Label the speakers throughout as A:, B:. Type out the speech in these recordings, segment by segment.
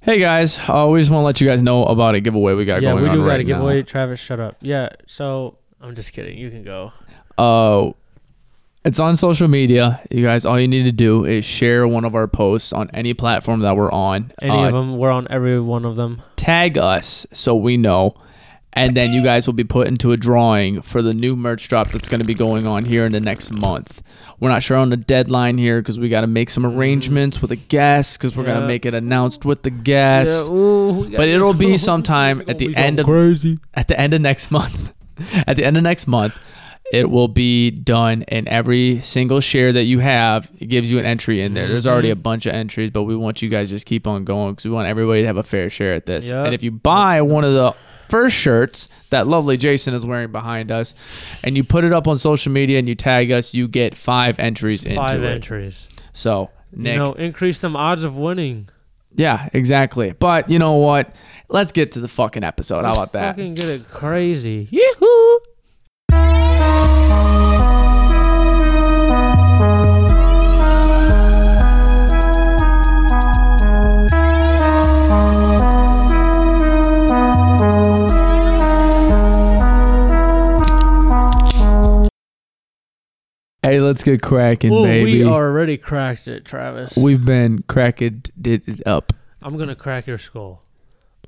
A: Hey guys, Uh, I always want to let you guys know about a giveaway we got
B: yeah,
A: going
B: we
A: on
B: do
A: right
B: got a giveaway.
A: now.
B: Travis, shut up. Yeah, so I'm just kidding. You can go.
A: Uh, it's on social media. You guys, all you need to do is share one of our posts on any platform that we're on.
B: Any
A: Uh,
B: of them? We're on every one of them.
A: Tag us so we know. And then you guys will be put into a drawing for the new merch drop that's going to be going on here in the next month. We're not sure on the deadline here because we got to make some arrangements with a guest because we're going
B: Yeah.
A: to make it announced with the guest.
B: Yeah, ooh, we got
A: But it'll
B: this.
A: be sometime
B: It's
A: at
B: gonna
A: the
B: be
A: end
B: something
A: of-
B: crazy.
A: at the end of next month at the end of next month it will be done and every single share that you have it gives you an entry in there there's already a
B: Mm-hmm.
A: bunch of entries but we want you guys to just keep on going because we want everybody to have a fair share at this
B: Yep.
A: and if you buy one of the first shirts that lovely jason is wearing behind us and you put it up on social media and you tag us you get five entries
B: Five
A: into
B: entries.
A: it so nick
B: You know, increase them odds of winning.
A: yeah exactly but you know what let's get to the fucking episode how about that
B: Fucking get it crazy. Yee-hoo!
A: hey let's get cracking
B: Ooh,
A: baby
B: we already cracked it, Travis.
A: We've been cracked did it up.
B: I'm gonna crack your skull.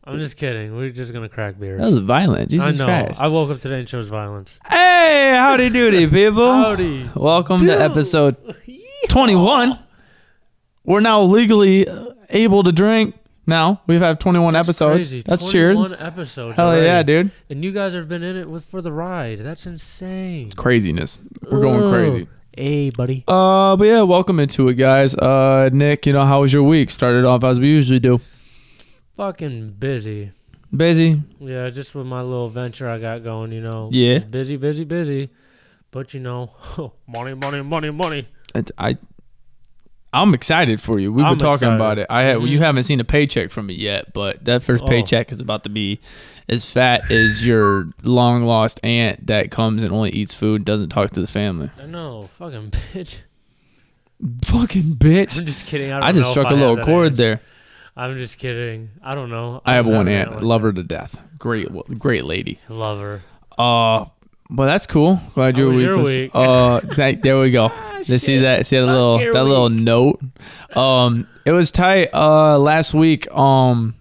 B: I'm just kidding. We're just gonna crack beer.
A: That was violent. Oh, Jesus
B: I know.
A: Christ.
B: I woke up today and chose violence.
A: hey, howdy doody, people.
B: Howdy.
A: Welcome to episode 21. We're now legally uh, able to drink. Now we've had 21 episodes.
B: Crazy.
A: That's cheers.
B: One episode.
A: Hell yeah, dude.
B: And you guys have been in it with for the ride. That's insane.
A: Craziness. We're going
B: Ugh.
A: crazy.
B: Hey, buddy.
A: Uh, but yeah, welcome into it, guys. Uh, Nick, you know, how was your week? Started off as we usually do.
B: Fucking busy.
A: Busy.
B: Yeah, just with my little venture I got going, you know.
A: Yeah.
B: Just Busy, busy, busy. But you know, money, money, money, money.
A: It- I, I'm excited for you. We've
B: I'm
A: been talking
B: excited.
A: about it. I had,
B: Mhm.
A: you haven't seen a paycheck from me yet, but that first
B: Oh.
A: paycheck is about to be as fat as your long lost aunt that comes and only eats food, doesn't talk to the family.
B: I know, fucking bitch.
A: Fucking bitch!
B: I'm just kidding. I, don't
A: I, just
B: know
A: struck
B: if
A: a
B: I have
A: little
B: that
A: chord
B: age.
A: there.
B: I'm just kidding. I don't know.
A: I have
B: don't
A: one
B: an
A: aunt,
B: like
A: love her to death. Great, great lady.
B: that. Love her.
A: Uh, but that's cool. Glad
B: How
A: your
B: was
A: week
B: your
A: was.
B: week?
A: Uh, thank, there we go. Let's see that. See that
B: Oh, Fuck
A: little
B: your
A: that little note. Um, it was tight. Uh, last week. Um,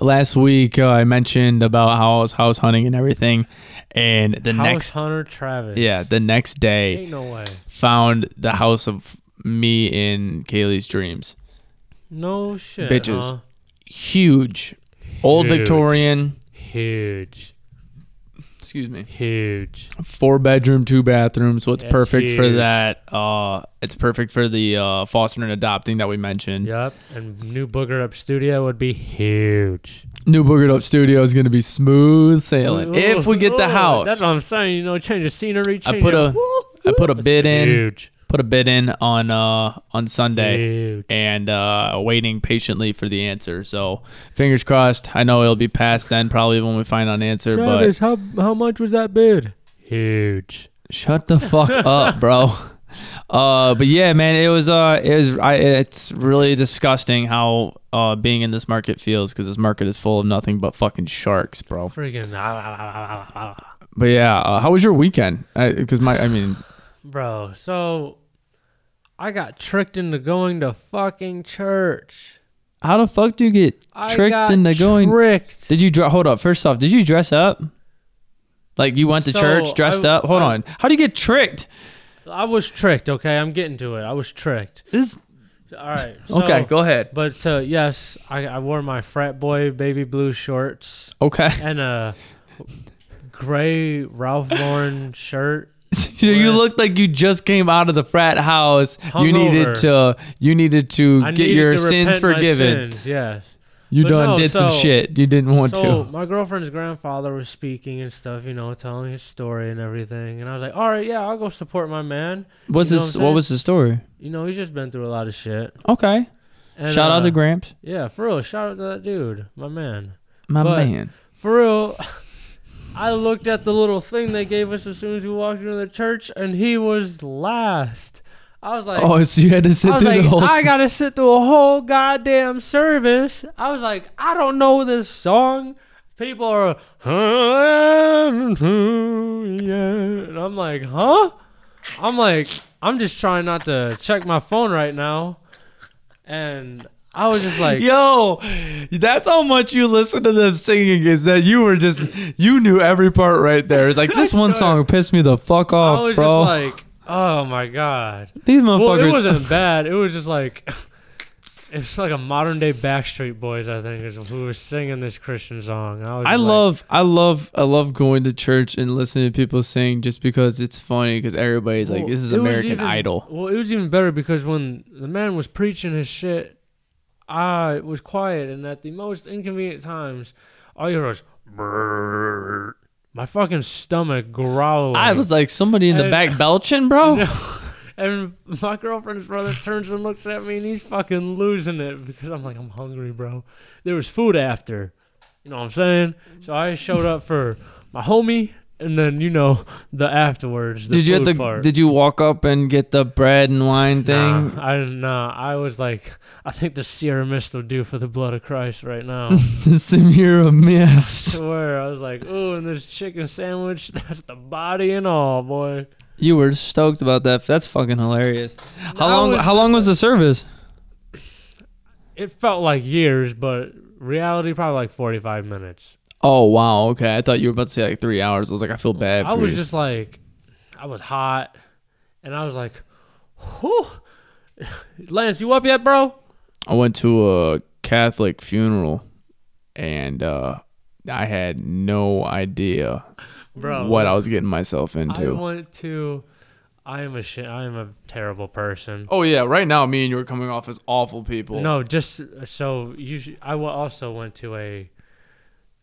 A: last week uh, I mentioned about how I was house hunting and everything, and the
B: House
A: next
B: Hunter Travis.
A: yeah the next day
B: Ain't no way.
A: found the house of me in Kaylee's dreams.
B: No shit.
A: Bitches.
B: huh?
A: Huge, old
B: Huge.
A: Victorian.
B: Huge.
A: Excuse me.
B: Huge.
A: four bedroom, two bathroom, so it's
B: That's
A: perfect for
B: huge.
A: that. Uh, it's perfect for the uh, foster and adopting that we mentioned.
B: Yep. And new Booger Up Studio would be huge.
A: New Boogered Up Studio is gonna be smooth sailing
B: Ooh,
A: if we get the
B: ooh,
A: house.
B: That's what I'm saying. You know, change the scenery. Change
A: put
B: it.
A: a- I put a bid in,
B: Huge.
A: put a bid in on uh, on Sunday,
B: Huge.
A: and uh, waiting patiently for the answer. So fingers crossed. I know it'll be past then, probably when we find an answer.
B: Travis, how how much was that bid? Huge.
A: But shut the fuck up, bro. Uh, but yeah, man, it was uh, it was I, it's really disgusting how uh being in this market feels because this market is full of nothing but fucking sharks, bro.
B: Freaking. ah,
A: But yeah, uh, how was your weekend? Because my, I mean,
B: Bro, so I got tricked into going to fucking church.
A: how the fuck do you get
B: I
A: tricked
B: got
A: into going?
B: tricked.
A: did you dr- hold up? First off, did you dress up? Like you went to
B: So,
A: church dressed
B: I-
A: up? Hold
B: I-
A: on, how do you get tricked?
B: I was tricked. Okay, I'm getting to it. I was tricked.
A: This
B: All right. So,
A: okay? Go ahead.
B: But uh, yes, I, I wore my frat boy baby blue shorts
A: Okay,
B: and a gray Ralph Lauren shirt.
A: so you
B: What?
A: looked like you just came out of the frat house. You needed to, you needed to
B: I
A: get
B: needed
A: your
B: to
A: sins
B: repent my
A: forgiven.
B: sins, Yes.
A: You
B: But
A: done
B: no,
A: did some
B: so-
A: shit you didn't want
B: so
A: to.
B: my girlfriend's grandfather was speaking and stuff, you know, telling his story and everything. And I was like, all right, yeah, I'll go support my man.
A: What's
B: you know
A: this?
B: what I'm
A: What was the story?
B: You know, he's just been through a lot of shit.
A: Okay.
B: And,
A: Shout out
B: uh,
A: to Gramps,
B: Yeah, for real. Shout out to that dude, my man.
A: my
B: but-
A: man.
B: For real. I looked at the little thing they gave us as soon as we walked into the church, and he was last. I was like,
A: oh, so you had to sit
B: I was
A: through
B: like,
A: the whole.
B: I
A: s-
B: gotta sit through a whole goddamn service. I was like, I don't know this song. People are, and I'm like, huh? I'm like, I'm just trying not to check my phone right now, and I was just like,
A: Yo, that's how much you listen to them singing. Is that you were just you knew every part right there. It's like this one
B: swear.
A: song pissed me the fuck
B: I
A: off,
B: was
A: bro.
B: just like, oh my god.
A: These motherfuckers.
B: Well, it wasn't bad. It was just like. It's like a modern day Backstreet Boys, I think, is who was singing this Christian song. I, was
A: I
B: just like,
A: love, I love, I love going to church and listening to people sing just because it's funny. Because everybody's like,
B: Well,
A: "This is
B: it was
A: American
B: even-
A: Idol."
B: Well, it was even better because when the man was preaching his shit, I was quiet, and at the most inconvenient times, all you heard was "Brrr." my fucking stomach growling.
A: I was like, somebody in the
B: And-
A: back belching, bro.
B: and my girlfriend's brother turns and looks at me, and he's fucking losing it because I'm like, I'm hungry, bro. There was food after, you know what I'm saying? So I showed up for my homie, and then you know the afterwards. The
A: did you have
B: food
A: to?
B: part.
A: Did you walk up and get the bread and wine thing?
B: Nah, I didn't know. I was like, I think the Sierra Mist will do for the blood of Christ right now.
A: This Samira missed.
B: to where I was like, ooh, and this chicken sandwich, that's the body and all, boy.
A: You were stoked about that. That's fucking hilarious. How
B: I
A: long?
B: was
A: how long was the service?
B: It felt like years, but reality probably like 45 minutes.
A: Oh wow, okay. I thought you were about to say like three hours. I was like, I feel bad. For
B: I was
A: you.
B: just like, I was hot, and I was like, whew. Lance, you up yet, bro?
A: I went to a Catholic funeral, and uh, I had no idea
B: Bro,
A: what Oh. I was getting myself
B: I
A: into.
B: went to. I am a shit. I am a terrible person.
A: oh yeah, right now me and you are coming off as awful people.
B: No, just uh, so you. Sh- I wa- also went to a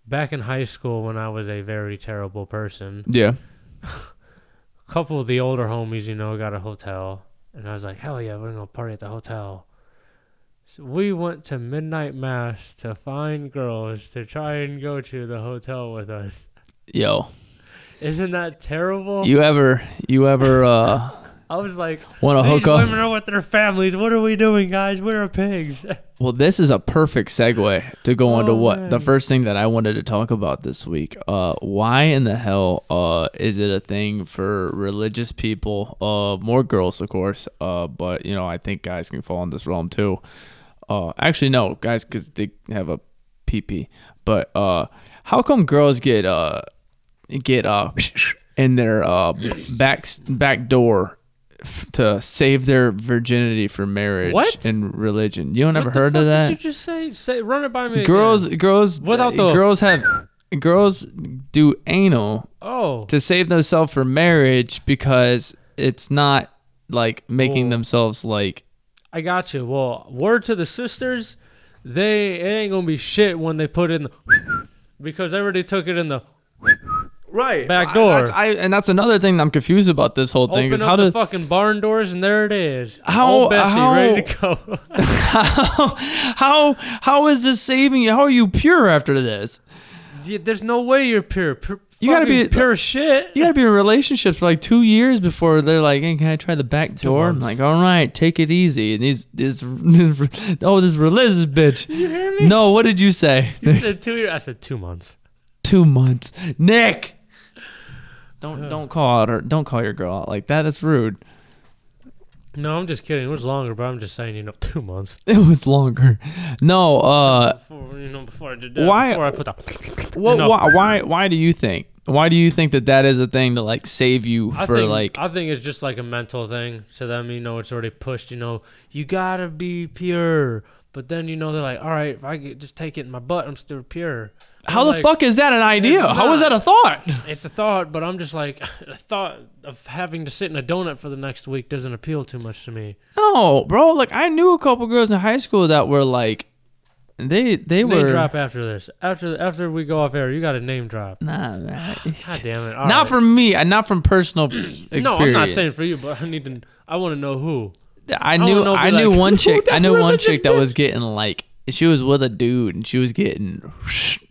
B: back in high school when I was a very terrible person.
A: Yeah.
B: A couple of the older homies, you know, got a hotel, and I was like, hell yeah, we're gonna party at the hotel. So we went to midnight mass to find girls to try and go to the hotel with us.
A: Yo,
B: Isn't that terrible?
A: you ever, you ever uh,
B: I was like,
A: want to
B: these
A: hook up?
B: women are with their families. What are we doing, guys? We're pigs.
A: Well, this is a perfect segue to go on to
B: Oh,
A: what the
B: man.
A: first thing that I wanted to talk about this week. Uh, why in the hell uh, is it a thing for religious people? Uh, more girls, of course, uh, but you know, I think guys can fall in this realm too. Uh, actually, no, guys, because they have a pee But uh, how come girls get uh, get uh, in their uh, back back door? f- To save their virginity for marriage
B: What?
A: and religion, you don't ever
B: What the
A: heard
B: fuck
A: of that?
B: Did you just say? Say, run it by me. again.
A: girls girls uh,
B: Without the-
A: girls have girls do anal
B: Oh.
A: to save themselves for marriage because it's not like making
B: Oh.
A: themselves like
B: I got you. Well, word to the sisters, they it ain't gonna be shit when they put in the because they already took it in the
A: right
B: Back door.
A: I, that's, I, and that's another thing i'm confused about this whole thing
B: open
A: is
B: up
A: how
B: the
A: did
B: fucking barn doors and there it is.
A: How-
B: Old Bessie
A: how-
B: ready to go.
A: how, how how is this saving you how are you pure after this
B: Yeah, There's no way you're pure. pure
A: You gotta be-
B: fucking pure shit.
A: you gotta be in relationships for like two years before they're like, "Hey, can I try the back door?" I'm
B: months.
A: like, "All right, take it easy." And these, this, oh, this religious bitch.
B: You hear me?
A: No, what did you say?
B: You said two years. I said two months.
A: two months. Nick, don't don't call out her. Don't call your girl out like that. That's rude.
B: No, I'm just kidding. It was longer, but I'm just saying, you know, two months.
A: It was longer. No. Uh.
B: Before, you know, before I did that.
A: Why-
B: Before I put the.
A: What?
B: No.
A: Why? Why? Why do you think? Why do you think that that is a thing to like save you
B: I
A: for
B: think,
A: like?
B: I think it's just like a mental thing. So them, you know, it's already pushed. You know, you gotta be pure. But then you know they're like, all right, if I could just take it in my butt, I'm still pure. I'm
A: How the
B: like,
A: fuck is that an idea?
B: it's
A: How is
B: not.
A: that a thought?
B: It's a thought, but I'm just like, the thought of having to sit in a donut for the next week doesn't appeal too much to me.
A: No, bro. Like I knew a couple girls in high school that were like, they they
B: Name
A: were
B: drop after this. After after we go off air, you got a name drop.
A: nah, man.
B: God damn it! All
A: not
B: right.
A: from me. and Not from personal experience.
B: No, I'm not saying for you, but I need to. I want to know who.
A: I
B: don't
A: knew
B: know,
A: I
B: be
A: knew
B: like,
A: one
B: "Who
A: chick
B: the
A: I knew
B: hell
A: one
B: is this
A: chick that was getting like she was with a dude and she was getting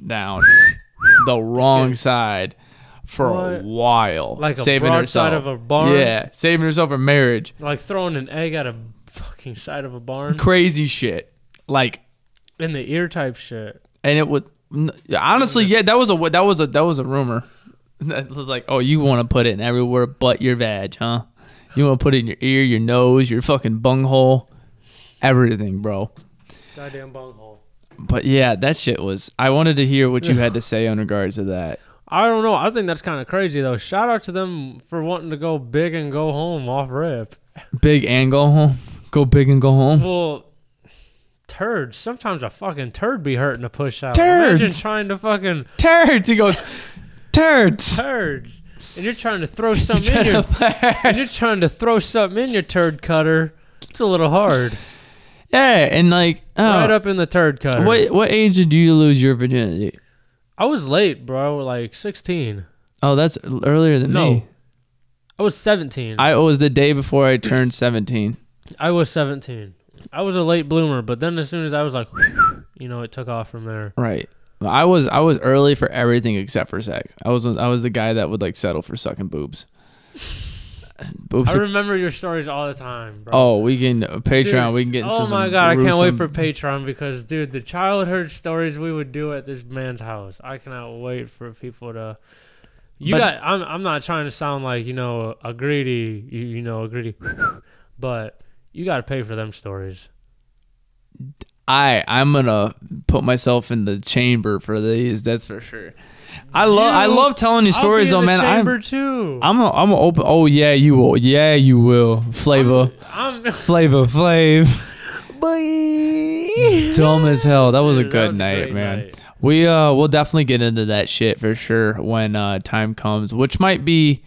A: down the wrong side for
B: What?
A: a while.
B: Like a
A: saving
B: broadside
A: herself.
B: of a barn?
A: Yeah, saving herself for marriage.
B: Like throwing an egg at a fucking side of a barn.
A: Crazy shit. Like,
B: In the ear type shit.
A: and it was n- honestly, yeah, that was a that was a that was a rumor. It was like, oh, you want to put it in everywhere but your vag, huh? You want to put it in your ear, your nose, your fucking bunghole, everything, bro.
B: Goddamn bunghole.
A: But yeah, that shit was. I wanted to hear what you had to say in regards to that.
B: I don't know. I think that's kind of crazy though. Shout out to them for wanting to go big and go home off rip.
A: Big and go home. Go big and go home.
B: Well, turds. Sometimes a fucking turd be hurting to push out. Imagine
A: Turds.
B: trying to fucking
A: Turds. He goes, turds.
B: turds, and you're trying to throw something in your, and you're trying to throw something in your turd cutter. It's a little hard.
A: Yeah, and like, oh,
B: Right up in the turd cutter.
A: what what age did you lose your virginity?
B: I was late, bro. Like 16.
A: Oh, that's earlier than
B: No.
A: me.
B: I was 17. I,
A: I it was the day before I turned seventeen.
B: was 17. I was a late bloomer, but then as soon as I was like, you know, it took off from there.
A: Right. I was I was early for everything except for sex. I was I was the guy that would like settle for sucking boobs. Boobs.
B: I
A: are-
B: remember your stories all the time, bro.
A: oh, we can Patreon.
B: Dude,
A: we can get. Into
B: Oh
A: some
B: my god, I can't
A: gruesome-
B: wait for Patreon because dude, the childhood stories we would do at this man's house. I cannot wait for people to. You
A: But-
B: got. I'm. I'm not trying to sound like you know a greedy. You, you know a greedy, but you got to pay for them stories.
A: I I'm gonna put myself in the chamber for these. That's for sure. I love I
B: You-
A: love telling you stories
B: I'll
A: though,
B: be
A: man.
B: in The
A: I'm
B: chamber too.
A: I'm a, I'm a open. Oh yeah, you will. Yeah, you will. Flavor,
B: I'm.
A: flavor, flav. Dumb as hell. That was a
B: Dude, that
A: good
B: was a
A: night,
B: great
A: man.
B: night.
A: We uh, we'll definitely get into that shit for sure when uh time comes, which might be.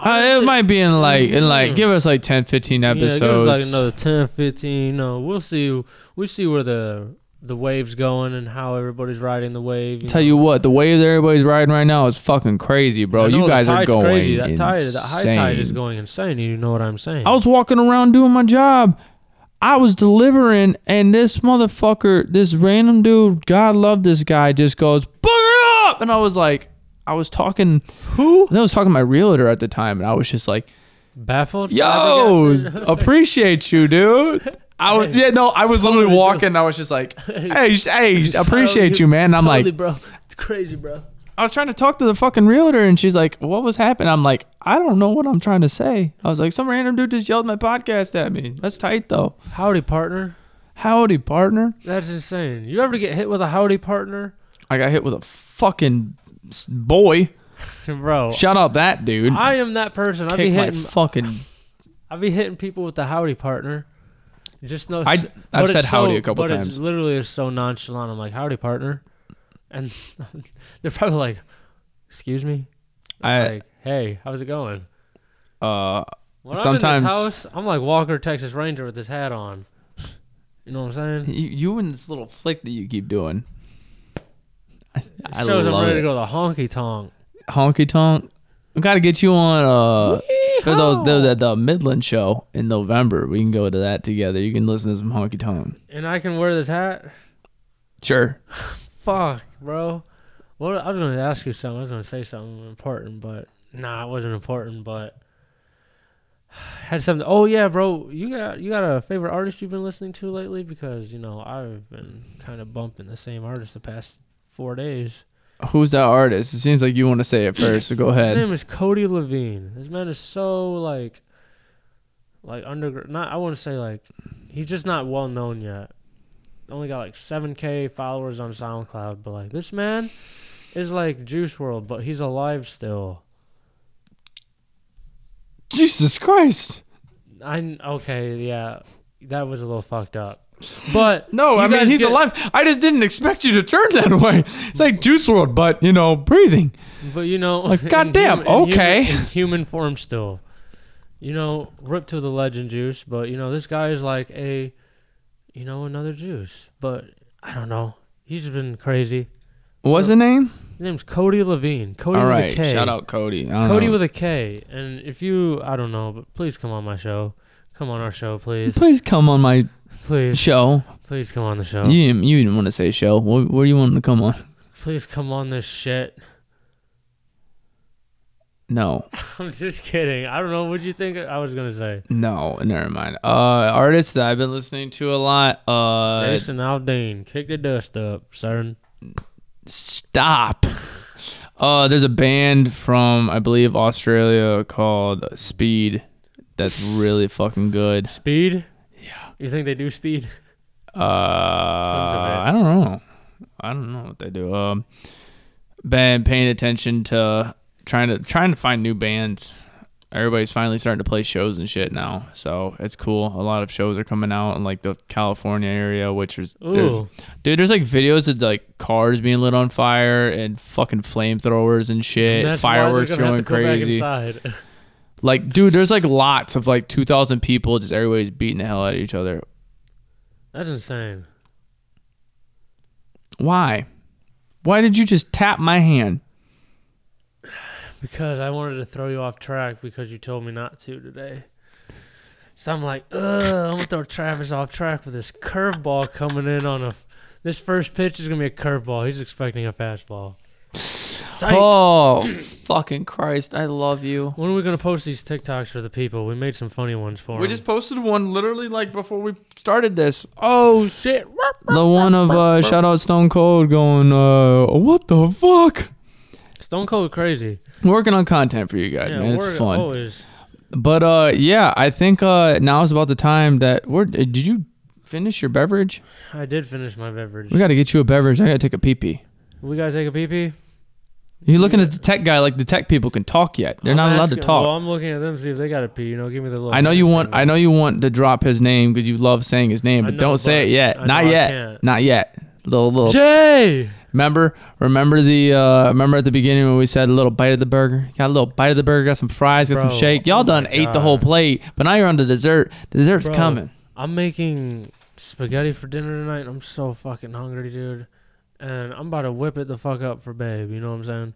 A: Uh, it
B: Honestly- mm.
A: might be in like in like give us like 10, 15
B: Yeah, give us,
A: episodes.
B: like another 10, 15. You know, we'll see. We see where the the wave's going and how everybody's riding the wave.
A: Tell you what, the way that everybody's riding right now is fucking crazy, bro.
B: I know
A: You
B: the
A: guys are
B: tide's
A: going
B: crazy. That
A: insane.
B: tide, that high tide is going insane. You know what I'm saying?
A: I was walking around doing my job. I was delivering, and this motherfucker, this random dude, God love this guy, just goes booger up, and I was like, I was talking,
B: who
A: I was talking to my realtor at the time, and I was just like,
B: baffled?
A: Yo,
B: flabbergasted?
A: appreciate you, dude. I was yeah no, I was literally walking. and I was just like, hey, sh- hey, appreciate you, man. And I'm
B: Totally,
A: like,
B: bro, it's crazy, bro.
A: I was trying to talk to the fucking realtor, and she's like, "What was happening?" I'm like, "I don't know what I'm trying to say." I was like, "Some random dude just yelled my podcast at me." That's tight though.
B: Howdy, partner.
A: Howdy, partner.
B: That's insane. You ever get hit with a howdy partner,
A: I got hit with a fucking s- boy.
B: bro?
A: Shout out that dude.
B: I am that person. I be
A: Kick my
B: hitting.
A: fucking.
B: I be hitting people with the howdy partner. Just know.
A: I
B: s- but
A: I've
B: it's
A: said howdy
B: so-
A: a couple
B: but
A: times.
B: It literally is so nonchalant. I'm like howdy partner, and they're probably like, "Excuse me."
A: I
B: like, hey, how's it going?
A: uh
B: When
A: Sometimes-
B: I'm in this house, I'm like Walker Texas Ranger with this hat on. You know what I'm saying?
A: you, you and this little flick that you keep doing. I,
B: It
A: I
B: shows I'm
A: love
B: ready
A: it.
B: to go to the honky tonk.
A: Honky tonk. We gotta get you on uh for those those at the Midland show in November. We can go to that together. You can listen to some honky tonk.
B: And I can wear this hat.
A: Sure.
B: Fuck, bro. Well, I was gonna ask you something. I was gonna say something important, but nah, it wasn't important. But had something. Oh yeah, bro. You got you got a favorite artist you've been listening to lately? Because you know I've been kind of bumping the same artist the past four days.
A: Who's that artist? It seems like you want to say it first, so go
B: His
A: ahead.
B: name is Cody Levine. This man is so like, like underground. Not I want to say like, he's just not well known yet. Only got like seven k followers on SoundCloud, but like this man is like Juice World, but he's alive still.
A: Jesus Christ.
B: I okay, yeah, that was a little fucked up, but
A: No,
B: you
A: I mean
B: guys
A: he's
B: get-
A: alive. I just didn't expect you to turn that way. It's like Juice World, but you know, breathing.
B: But you know,
A: Like,
B: in
A: goddamn,
B: hum- in
A: okay.
B: human, in human form still. You know, rip to the legend juice, but you know this guy is like a, you know, another juice. But I don't know. He's just been crazy.
A: What's the name?
B: His name's Cody Levine. Cody
A: All
B: with
A: right,
B: a K.
A: shout out Uh-huh. Cody. I don't
B: Cody
A: know.
B: with a K. And if you, I don't know, but please come on my show. Come on our show, please.
A: Please come on my
B: Please,
A: show.
B: please come on the show.
A: You didn't, you didn't want to say show. What, what do you want to come on?
B: Please come on this shit.
A: No,
B: I'm just kidding. I don't know. What'd you think I was gonna say?
A: no, never mind. Uh, artists that I've been listening to a lot. Uh,
B: Jason Aldean, kick the dust up, son.
A: stop. Uh, there's a band from I believe Australia called Speed that's really fucking good.
B: Speed?
A: Yeah.
B: You think they do speed?
A: Uh,
B: it.
A: I don't know. I don't know what they do. Um, been paying attention to trying to trying to find new bands. Everybody's finally starting to play shows and shit now, so it's cool. A lot of shows are coming out in like the California area, which is there's,
B: Ooh.
A: dude. There's like videos of like cars being lit on fire and fucking flamethrowers and shit,
B: And that's why they're
A: fireworks
B: gonna
A: going
B: have to go back
A: crazy.
B: inside.
A: Like, dude, there's like lots of like two thousand people just everybody's beating the hell out of each other.
B: That's insane.
A: Why? Why did you just tap my hand?
B: Because I wanted to throw you off track because you told me not to today. So I'm like, ugh, I'm gonna throw Travis off track with this curveball coming in on a. f- This first pitch is gonna be a curveball. He's expecting a fastball. Psych.
A: Oh, fucking Christ! I love you.
B: When are we gonna post these TikToks for the people? We made some funny ones for
A: We
B: 'em.
A: just posted one literally like before we started this.
B: Oh shit!
A: The one of uh, shout out Stone Cold going, uh, what the fuck?
B: Stone Cold crazy.
A: Working on content for you guys, man. It's
B: we're
A: fun.
B: Always.
A: But uh, yeah, I think uh, now is about the time that we're. uh, Did you finish your beverage?
B: I did finish my beverage.
A: We got to get you a beverage. I got to take a pee pee.
B: We gotta take a pee pee.
A: You looking at the tech guy like the tech people can talk yet? They're
B: I'm
A: not allowed to
B: asking-
A: talk.
B: Well, I'm looking at them see if they got a pee. You know, give me the little.
A: I know you
B: hand
A: want.
B: signal.
A: I know you want to drop his name because you love saying his name,
B: I
A: but
B: know,
A: don't say
B: but
A: it yet. Not
B: I know I
A: yet.
B: can't.
A: Not yet. Little little.
B: Jay.
A: remember, remember the. Uh, remember at the beginning when we said a little bite of the burger. Got a little bite of the burger. Got some fries. Got
B: Bro,
A: some shake. Y'all
B: oh
A: done
B: my
A: ate the whole
B: God.
A: plate, but now you're on the dessert. The dessert's
B: Bro.
A: coming.
B: I'm making spaghetti for dinner tonight. and I'm so fucking hungry, dude. And I'm about to whip it the fuck up for babe. You know what I'm saying?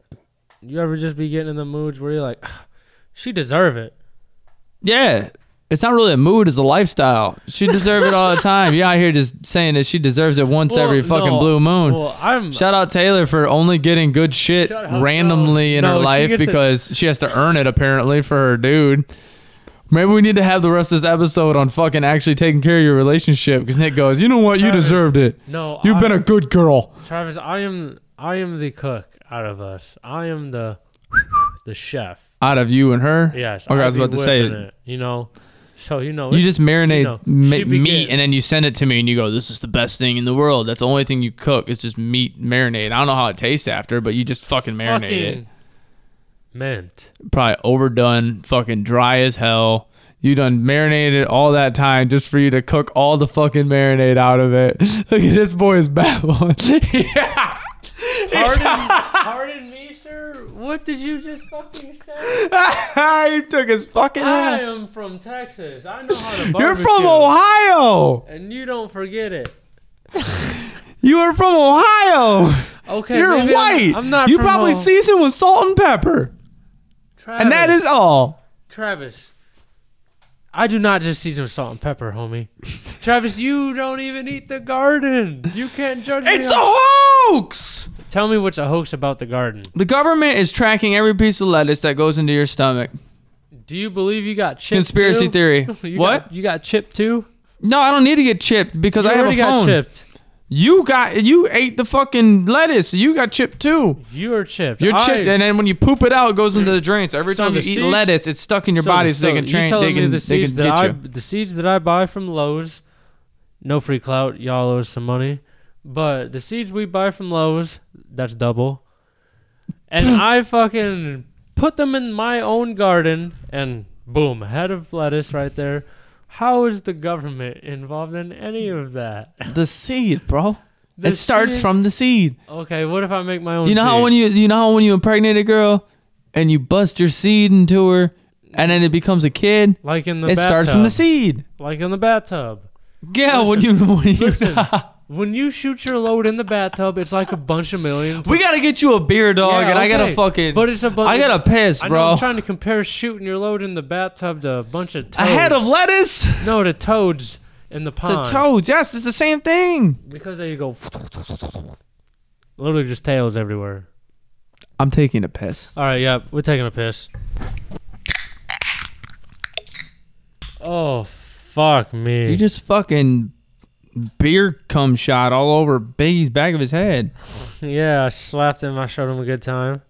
B: You ever just be getting in the moods where you're like, "Ah, she deserve it.
A: Yeah. It's not really a mood, it's a lifestyle. She deserves it all the time. You're out here just saying that she deserves it once
B: Well,
A: every fucking
B: no.
A: blue moon.
B: Well, I'm.
A: Shout out Taylor for only getting good shit
B: Shut up,
A: randomly
B: no.
A: in
B: um, No,
A: her
B: she
A: life
B: gets to-
A: because she has to earn it apparently for her dude. Maybe we need to have the rest of this episode on fucking actually taking care of your relationship because Nick goes, you know what, you
B: Travis,
A: deserved it.
B: no,
A: You've
B: I,
A: been a good girl.
B: Travis. I am. I am the cook out of us. I am the the chef.
A: Out of you and her,
B: Yes.
A: Okay, Oh, I
B: I'd
A: was
B: be
A: about to say
B: whipping
A: it.
B: You know, so you know.
A: you
B: it's-
A: just marinate
B: you know,
A: me-
B: she be
A: meat
B: getting-
A: and then you send it to me and you go, this is the best thing in the world. That's the only thing you cook. It's just meat marinade. I don't know how it tastes after, but you just fucking marinate it.
B: fucking meant.
A: probably overdone, fucking dry as hell. You done marinated all that time just for you to cook all the fucking marinade out of it. Look at this boy is babbling. yeah.
B: Pardon, pardon me, sir. What did you just fucking say?
A: he took his fucking
B: I
A: hat.
B: am from Texas. I know how to barbecue.
A: You're from Ohio.
B: and you don't forget it.
A: You are from Ohio.
B: Okay,
A: You're
B: maybe
A: white.
B: I'm, I'm not.
A: You
B: from uh,
A: probably
B: Ohio.
A: seasoned with salt and pepper.
B: Travis,
A: And that is all.
B: Travis. I do not just season with salt and pepper, homie. Travis, you don't even eat the garden. You can't judge me.
A: It's a
B: on-
A: hoax.
B: Tell me what's a hoax about the garden.
A: The government is tracking every piece of lettuce that goes into your stomach.
B: Do you believe you got chipped?
A: Conspiracy
B: too?
A: theory.
B: You
A: what?
B: Got, you got chipped too?
A: No, I don't need to get chipped because
B: You
A: I have a
B: already
A: phone.
B: got chipped.
A: You got you ate the fucking lettuce. You got chipped too.
B: You are chipped.
A: You're
B: I-
A: chipped, and then when you poop it out, it goes into the drain. So every
B: So
A: time you
B: the
A: eat
B: seeds-
A: lettuce, it's stuck in your
B: so-
A: body, so, they
B: so
A: can
B: you
A: train.
B: telling
A: They
B: me
A: can
B: the
A: they
B: seeds
A: can
B: that
A: get
B: I,
A: you.
B: The seeds that I buy from Lowe's, no free clout. Y'all owe us some money, but the seeds we buy from Lowe's, that's double. And I fucking put them in my own garden, and boom, head of lettuce right there. How is the government involved in any of that?
A: The seed, bro.
B: The
A: it starts
B: seed-
A: from the seed.
B: Okay, what if I make my own?
A: You know how
B: seeds?
A: when you you know how when you impregnate a girl, and you bust your seed into her, and then it becomes a kid.
B: Like in the
A: it
B: bathtub.
A: starts from the seed.
B: Like in the bathtub.
A: Yeah, when you when you.
B: Listen, when you shoot your load in the bathtub, it's like a bunch of million.
A: We gotta get you a beer, dog,
B: Yeah,
A: and I gotta
B: okay,
A: fucking.
B: but it's a bunch.
A: I gotta piss,
B: I know
A: bro.
B: I'm trying to compare shooting your load in the bathtub to a bunch of
A: A
B: toads.
A: head of lettuce.
B: No, to toads in the
A: The
B: pond.
A: toads. Yes, it's the same thing.
B: Because there you go. Literally just tails everywhere.
A: I'm taking a piss.
B: All right, yeah, we're taking a piss. Oh fuck me!
A: You just fucking beer cum shot all over Biggie's back of his head.
B: yeah, I slapped him. I showed him a good time.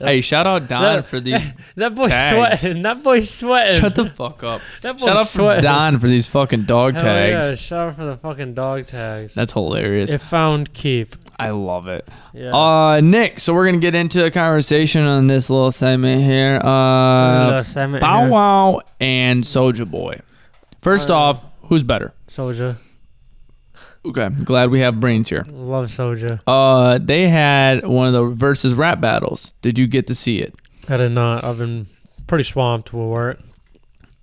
A: Hey, shout out Don
B: That-
A: for these.
B: That boy's
A: Tags.
B: sweating. That boy's sweating.
A: shut the fuck up.
B: that boy's
A: Shout out for
B: sweating.
A: Don for these fucking dog
B: Hell
A: tags.
B: Yeah, shout out for the fucking dog tags.
A: That's hilarious.
B: It found keep.
A: I love it.
B: Yeah.
A: Uh, Nick, so we're gonna get into a conversation on this little segment here. Uh, Bow Wow and Soja Boy. First
B: Uh,
A: off, who's better?
B: Soldier.
A: Okay, glad we have brains here.
B: Love Soldier.
A: Uh, they had one of the versus rap battles. Did you get to see it?
B: I did not. I've been pretty swamped with work.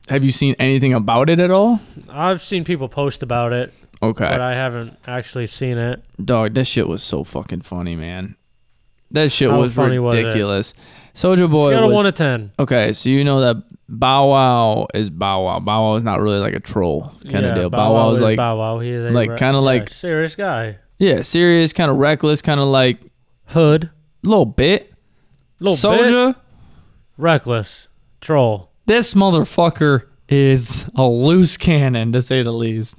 A: Have you seen anything about it at all?
B: I've seen people post about it, but
A: Okay,
B: I haven't actually seen it.
A: dog, that shit was so fucking funny, man. That shit
B: How
A: was
B: funny was it?
A: ridiculous. Soja Boy
B: Scale of
A: was
B: 1 to 10.
A: Okay, so you know that Bow Wow is Bow Wow. Bow Wow is not really like a troll kind
B: Yeah,
A: of deal. Bow, Wow is like
B: Bow Wow. He is a
A: like,
B: re-
A: kinda
B: yeah,
A: like-
B: serious guy.
A: yeah, serious, kind of reckless, kind of like
B: Hood.
A: little bit.
B: Little bit
A: Soldier,
B: reckless. Troll.
A: this motherfucker is a loose cannon to say the least.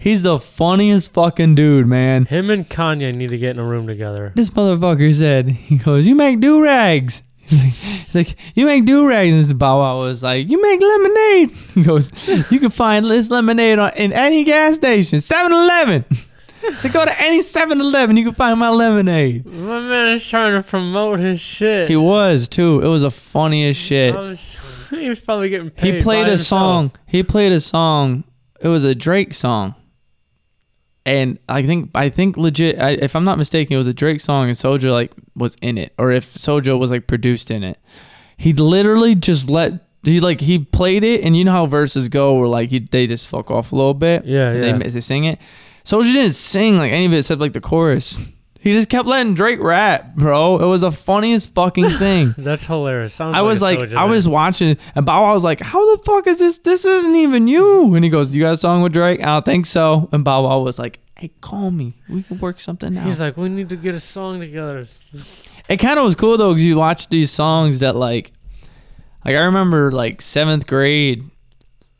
A: He's the funniest fucking dude, man.
B: Him and Kanye need to get in a room together.
A: This motherfucker said, he goes, "You make do rags." He's like, you make do rags. And Bow Wow was like, you make lemonade. He goes, you can find this lemonade on, in any gas station, 7 Eleven. They go to any 7 Eleven, you can find my lemonade.
B: My man is trying to promote his shit.
A: He was too. It was the funniest shit.
B: I'm s- he was probably getting paid.
A: He played
B: by
A: a
B: himself.
A: song. He played a song. It was a Drake song. And I think I think legit I, if I'm not mistaken it was a Drake song and Soja like was in it or if Soja was like produced in it. He literally just let he like he played it and you know how verses go where like he, they just fuck off a little bit.
B: Yeah,
A: and
B: yeah.
A: They, they sing it. Soja didn't sing like any of it except like the chorus. He just kept letting Drake rap, bro. It was the funniest fucking thing.
B: That's hilarious. Sounds
A: I was
B: a
A: like,
B: soldier
A: I
B: man.
A: was watching, and Bow Wow was like, "How the fuck is this? This isn't even you." And he goes, "You got a song with Drake?" I don't think so. And Bow Wow was like, "Hey, call me. We can work something out."
B: He's like, we need to get a song together.
A: it kind of was cool though, because you watch these songs that like, like I remember like seventh grade,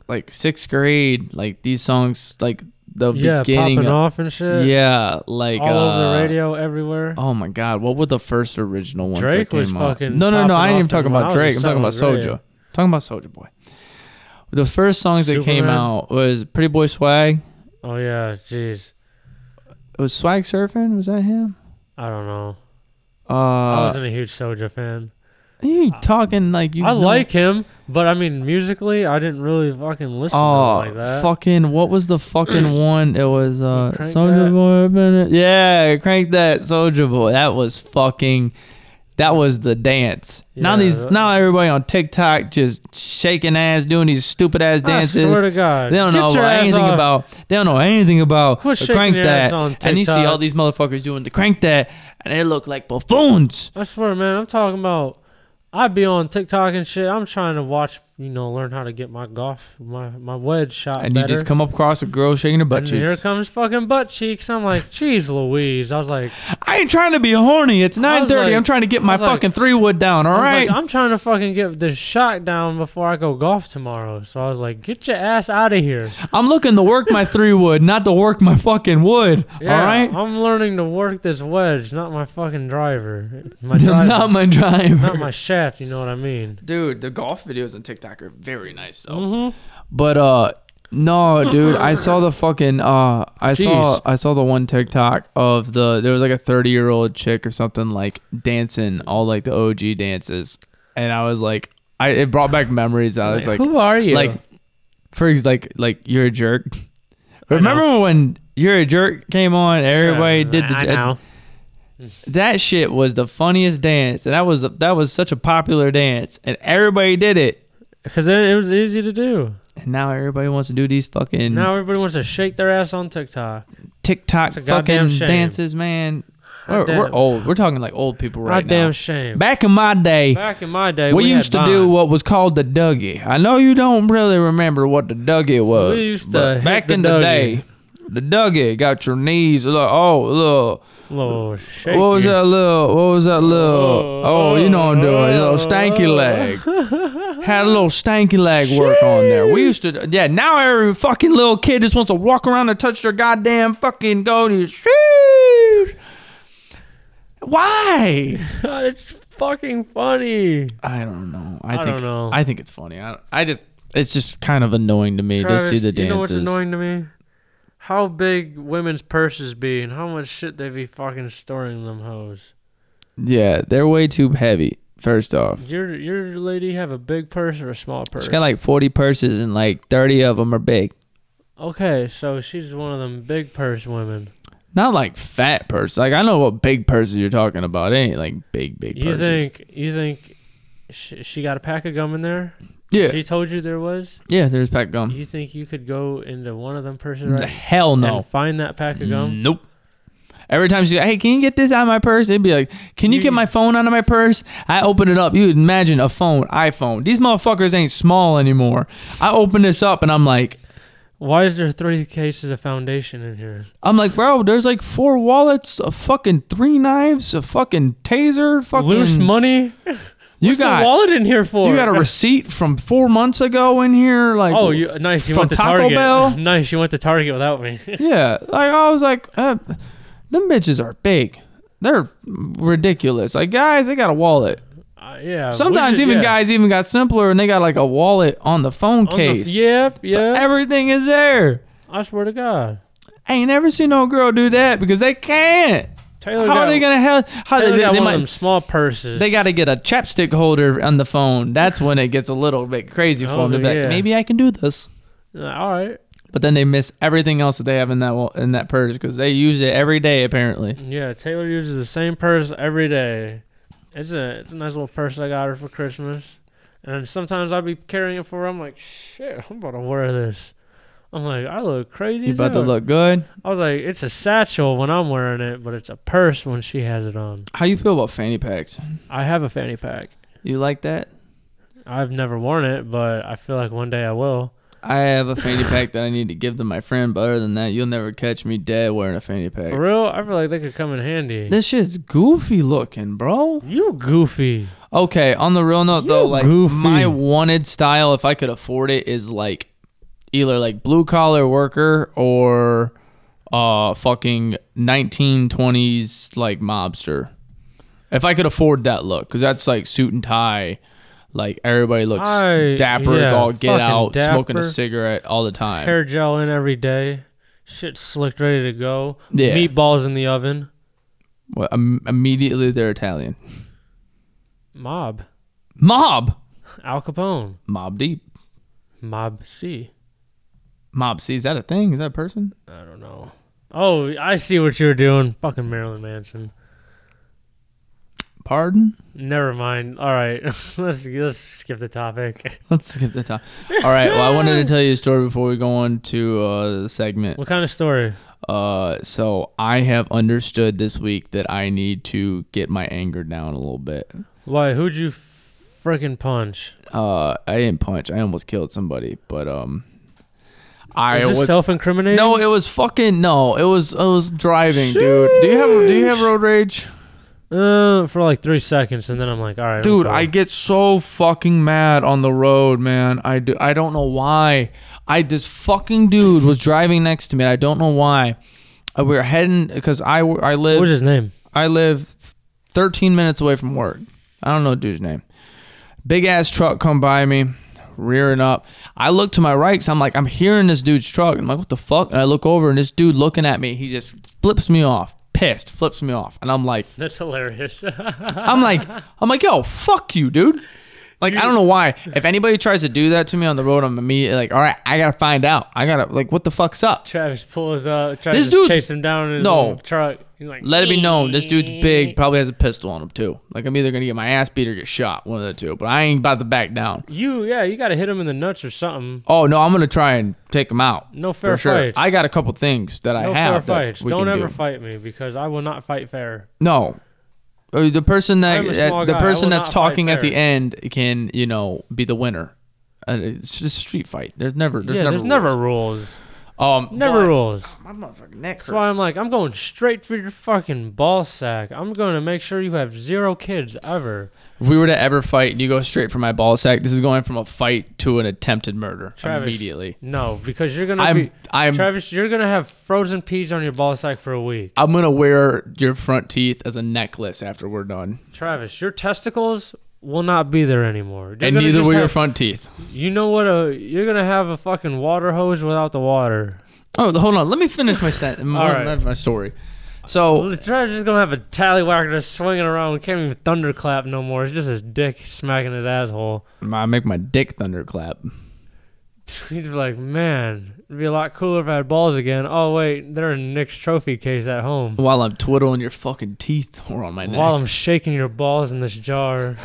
A: like sixth grade, like these songs like the
B: Yeah,
A: beginning.
B: popping
A: of-
B: off and shit.
A: yeah, like
B: all over
A: uh,
B: the radio, everywhere.
A: Oh my God! What were the first original ones?
B: Drake
A: that
B: was
A: came out?
B: fucking
A: No, no, no!
B: popping
A: I ain't even
B: off
A: talking
B: when
A: about
B: I was in
A: Drake. I'm talking about
B: seventh grade.
A: Soja. Talking about Soldier Boy. The first songs that came
B: Superman.
A: out was Pretty Boy Swag.
B: Oh yeah, jeez.
A: It was Swag Surfing. Was that him?
B: I don't know. I
A: Uh,
B: wasn't a huge Soja fan.
A: you talking like you?
B: I
A: know-
B: like him, but I mean, musically, I didn't really fucking listen
A: Oh,
B: to him like that.
A: fucking! What was the fucking one? It was uh,
B: Crank
A: Soldier
B: That.
A: Boy. Bennett. Yeah, crank that Soldier Boy. That was fucking. That was the dance. now
B: Yeah,
A: these,
B: that-
A: now everybody on TikTok just shaking ass, doing these stupid ass dances.
B: I swear to God,
A: They don't
B: get
A: know
B: your ass
A: anything
B: off.
A: about. They don't know anything about.
B: Quit
A: the
B: shaking
A: crank
B: your
A: that,
B: ass on
A: and you see
B: TikTok.
A: all these motherfuckers doing the crank that, and they look like buffoons.
B: I swear, man, I'm talking about. I'd be on TikTok and shit. I'm trying to watch, you know, learn how to get my golf, my my wedge shot
A: And
B: better.
A: you just come up across a girl shaking her butt
B: and here
A: cheeks.
B: comes fucking butt cheeks. I'm like, jeez, Louise. I was like,
A: I ain't trying to be horny. It's
B: I
A: nine
B: was
A: thirty.
B: like-
A: I'm trying to get my
B: was like-
A: fucking three wood down. All
B: I was
A: right.
B: like, I'm trying to fucking get this shot down before I go golf tomorrow. So I was like, get your ass out of here.
A: I'm looking to work my three wood, not to work my fucking wood.
B: Yeah,
A: all right.
B: I'm learning to work this wedge, not my fucking driver. My driver,
A: not my driver.
B: not my shaft. You know what I mean?
A: Dude, the golf videos on TikTok are very nice though.
B: hmm
A: But uh no, dude, I saw the fucking uh I saw
B: Jeez.
A: I saw the one TikTok of the there was like a 30-year-old chick or something like dancing all like the OG dances. And I was like I it brought back memories. I was like
B: who are you?
A: like for ex- like like you're a jerk.
B: I know.
A: Remember when you're a jerk came on, everybody
B: Yeah,
A: did the
B: I know.
A: that shit was the funniest dance and that was that was such a popular dance and everybody did it.
B: Because it, it was easy to do.
A: And now everybody wants to do these fucking
B: Now everybody wants to shake their ass on TikTok.
A: TikTok
B: It's a goddamn
A: fucking
B: shame.
A: dances, man. We're,
B: Goddamn.
A: we're old. We're talking like old people right
B: Goddamn
A: now.
B: shame.
A: Back in my day,
B: Back in my day,
A: we,
B: we,
A: used to
B: had
A: do
B: Vine.
A: what was called the Dougie. I know you don't really remember what the Dougie was.
B: used to
A: but
B: hit
A: back
B: the
A: in the
B: Dougie.
A: day, The nugget got your knees. Look, oh, look.
B: Little shake.
A: What was
B: here.
A: that little? What was that little?
B: Oh,
A: Oh, you know what I'm doing. A little stanky
B: oh.
A: leg. Had a little stanky leg work on there. We used to, yeah. Now every fucking little kid just wants to walk around and touch their goddamn fucking golden shoes. Why?
B: God, it's fucking funny.
A: I don't know. I,
B: I,
A: think
B: don't know.
A: I think it's funny. I, I just it's just kind of annoying to me to see the
B: you know what's
A: dances.
B: annoying to me? How big women's purses be and how much shit they be fucking storing them hoes.
A: yeah, they're way too heavy. First off,
B: Your your lady have a big purse or a small purse?
A: she's got like 40 purses and like 30 of them are big.
B: okay, so she's one of them big purse women.
A: Not like fat purse. Like I know what big purses you're talking about. It ain't like big big
B: You
A: purses.
B: think you think she, she got a pack of gum in there?
A: yeah,
B: She told you there was.
A: yeah. There's pack gum.
B: You think you could go into one of them purses
A: The
B: right
A: Hell no.
B: and find that pack of gum?
A: Nope. Every time she's like, "Hey, can you get this out of my purse?" It'd be like, "Can you
B: You-
A: get my phone out of my purse?" I open it up. You imagine a phone, iPhone. These motherfuckers ain't small anymore. I open this up and I'm like,
B: Why is there three cases of foundation in here?
A: I'm like, bro, there's like four wallets, a fucking three knives, a fucking taser, fucking
B: Loose money.
A: You
B: What's
A: got
B: the wallet in here for?
A: you got a receipt from four months ago in here, like
B: oh, you nice. You
A: from
B: went to
A: Taco
B: Target.
A: Bell?
B: nice. You went to Target without me.
A: Yeah, like I was like, uh, them bitches are big. They're ridiculous. Like guys, they got a wallet.
B: Uh, yeah. we
A: Sometimes
B: did-
A: even
B: yeah.
A: guys even got simpler and they got like a wallet on the phone
B: On the-
A: case.
B: yep.
A: So
B: Yep.
A: everything is there.
B: I swear to God,
A: I ain't never seen no girl do that because they can't.
B: Taylor.
A: how
B: got,
A: are they gonna help? How
B: Taylor
A: they,
B: got
A: they
B: one
A: might-
B: of them small purses.
A: They got to get a chapstick holder on the phone. That's when it gets a little bit crazy for
B: Oh,
A: them. They're like,
B: yeah.
A: maybe I can do this.
B: Uh, all right.
A: But then they miss everything else that they have in that wall, in that purse because they use it every day apparently.
B: Yeah, Taylor uses the same purse every day. It's a it's a nice little purse I got her for Christmas, and sometimes I'll be carrying it for her. I'm like, shit, I'm about to wear this. I'm like, I look crazy.
A: You
B: as
A: about to
B: hell."
A: look good.
B: I was like, it's a satchel when I'm wearing it, but it's a purse when she has it on.
A: How you feel about fanny packs?
B: I have a fanny pack.
A: You like that?
B: I've never worn it, but I feel like one day I will.
A: I have a fanny pack that I need to give to my friend. But other than that, you'll never catch me dead wearing a fanny
B: For
A: pack.
B: real, I feel like they could come in handy.
A: This shit's goofy looking, bro.
B: you goofy.
A: Okay, on the real note though,
B: You
A: like
B: goofy.
A: my wanted style, if I could afford it, is like either like blue collar worker or uh fucking nineteen twenties like mobster. If I could afford that look, because that's like suit and tie, like everybody looks
B: I-
A: dapper as
B: yeah,
A: all get
B: fucking
A: out, smoking a
B: dapper.
A: cigarette all the time.
B: Hair gel in every day. Shit slicked, ready to go.
A: Yeah.
B: Meatballs in the oven.
A: Well, im- immediately they're Italian.
B: Mob.
A: Mob,
B: Al Capone.
A: mob deep,
B: Mob C.
A: mob. See, is that a thing? Is that a person?
B: I don't know. Oh, I see what you're doing. Fucking Marilyn Manson.
A: Pardon?
B: Never mind. All right, let's let's skip the topic.
A: Let's skip the top. All right. Well, I wanted to tell you a story before we go on to uh, the segment.
B: What kind of story?
A: Uh, so I have understood this week that I need to get my anger down a little bit.
B: Why? Who'd you freaking punch?
A: Uh, I didn't punch. I almost killed somebody, but um, I
B: Is this
A: was
B: self-incriminating?
A: no. It was fucking no. It was I was driving, dude. Do you have do you have
B: Sheesh.
A: road rage,
B: Uh, for like three seconds, and then I'm like, all right, I'm
A: dude?
B: cool.
A: I get so fucking mad on the road, man. I do. I don't know why. I this fucking dude was driving next to me. And I don't know why. Uh, we were heading because I I live
B: What was his name?
A: I live 13 minutes away from work. I don't know the dude's name. Big ass truck come by me, rearing up. I look to my right, so I'm like, I'm hearing this dude's truck. I'm like, what the fuck? And I look over, and this dude looking at me, he just flips me off, pissed, flips me off, and I'm like,
B: That's hilarious.
A: I'm like, I'm like, yo, fuck you, dude. Like, I don't know why. If anybody tries to do that to me on the road, I'm immediately like, all right, I gotta find out. I gotta like, what the fuck's up?
B: Travis pulls up, tries
A: This
B: to
A: dude-
B: chase him down in his
A: No.
B: little truck. He's like,
A: Let it be known, this dude's big, probably has a pistol on him too. Like I'm either gonna get my ass beat or get shot, one of the two. But I ain't about to back down.
B: You, yeah, you got to hit him in the nuts or something.
A: Oh no, I'm gonna try and take him out.
B: No
A: For
B: fair
A: sure.
B: fights.
A: I got a couple things that I
B: no fair
A: have. that
B: fights.
A: we
B: Don't
A: can
B: ever
A: do.
B: fight me because I will not fight fair.
A: No. Uh, The person that
B: I'm a small
A: uh, the
B: guy. I
A: person
B: will
A: that's
B: not fight
A: talking at
B: fair.
A: the end can you know be the winner. Uh, it's just a street fight. There's never there's
B: yeah,
A: never
B: there's
A: rules.
B: never rules.
A: Um,
B: Never
A: but-
B: rules.
A: My motherfucking neck
B: That's why
A: hurts.
B: I'm like, I'm going straight for your fucking ball sack. I'm going to make sure you have zero kids ever.
A: If we were to ever fight and you go straight for my ball sack, this is going from a fight to an attempted murder
B: Travis.
A: immediately.
B: No, because you're gonna
A: I'm
B: be
A: I'm
B: Travis. You're gonna have frozen peas on your ball sack for a week.
A: I'm gonna wear your front teeth as a necklace after we're done,
B: Travis, your testicles will not be there anymore. You're
A: and
B: gonna
A: neither
B: just
A: will your
B: have-
A: front teeth.
B: You know what? A you're gonna have a fucking water hose without the water.
A: Oh, hold on. Let me finish my set. my,
B: right.
A: my story. So
B: Well, Travis is gonna have a tallywhacker just swinging around. Can't even thunderclap no more. It's just his dick smacking his asshole.
A: I make my dick thunderclap.
B: He's like, man, it'd be a lot cooler if I had balls again. Oh wait, they're in Nick's trophy case at home.
A: While I'm twiddling your fucking teeth or on my neck.
B: While I'm shaking your balls in this jar,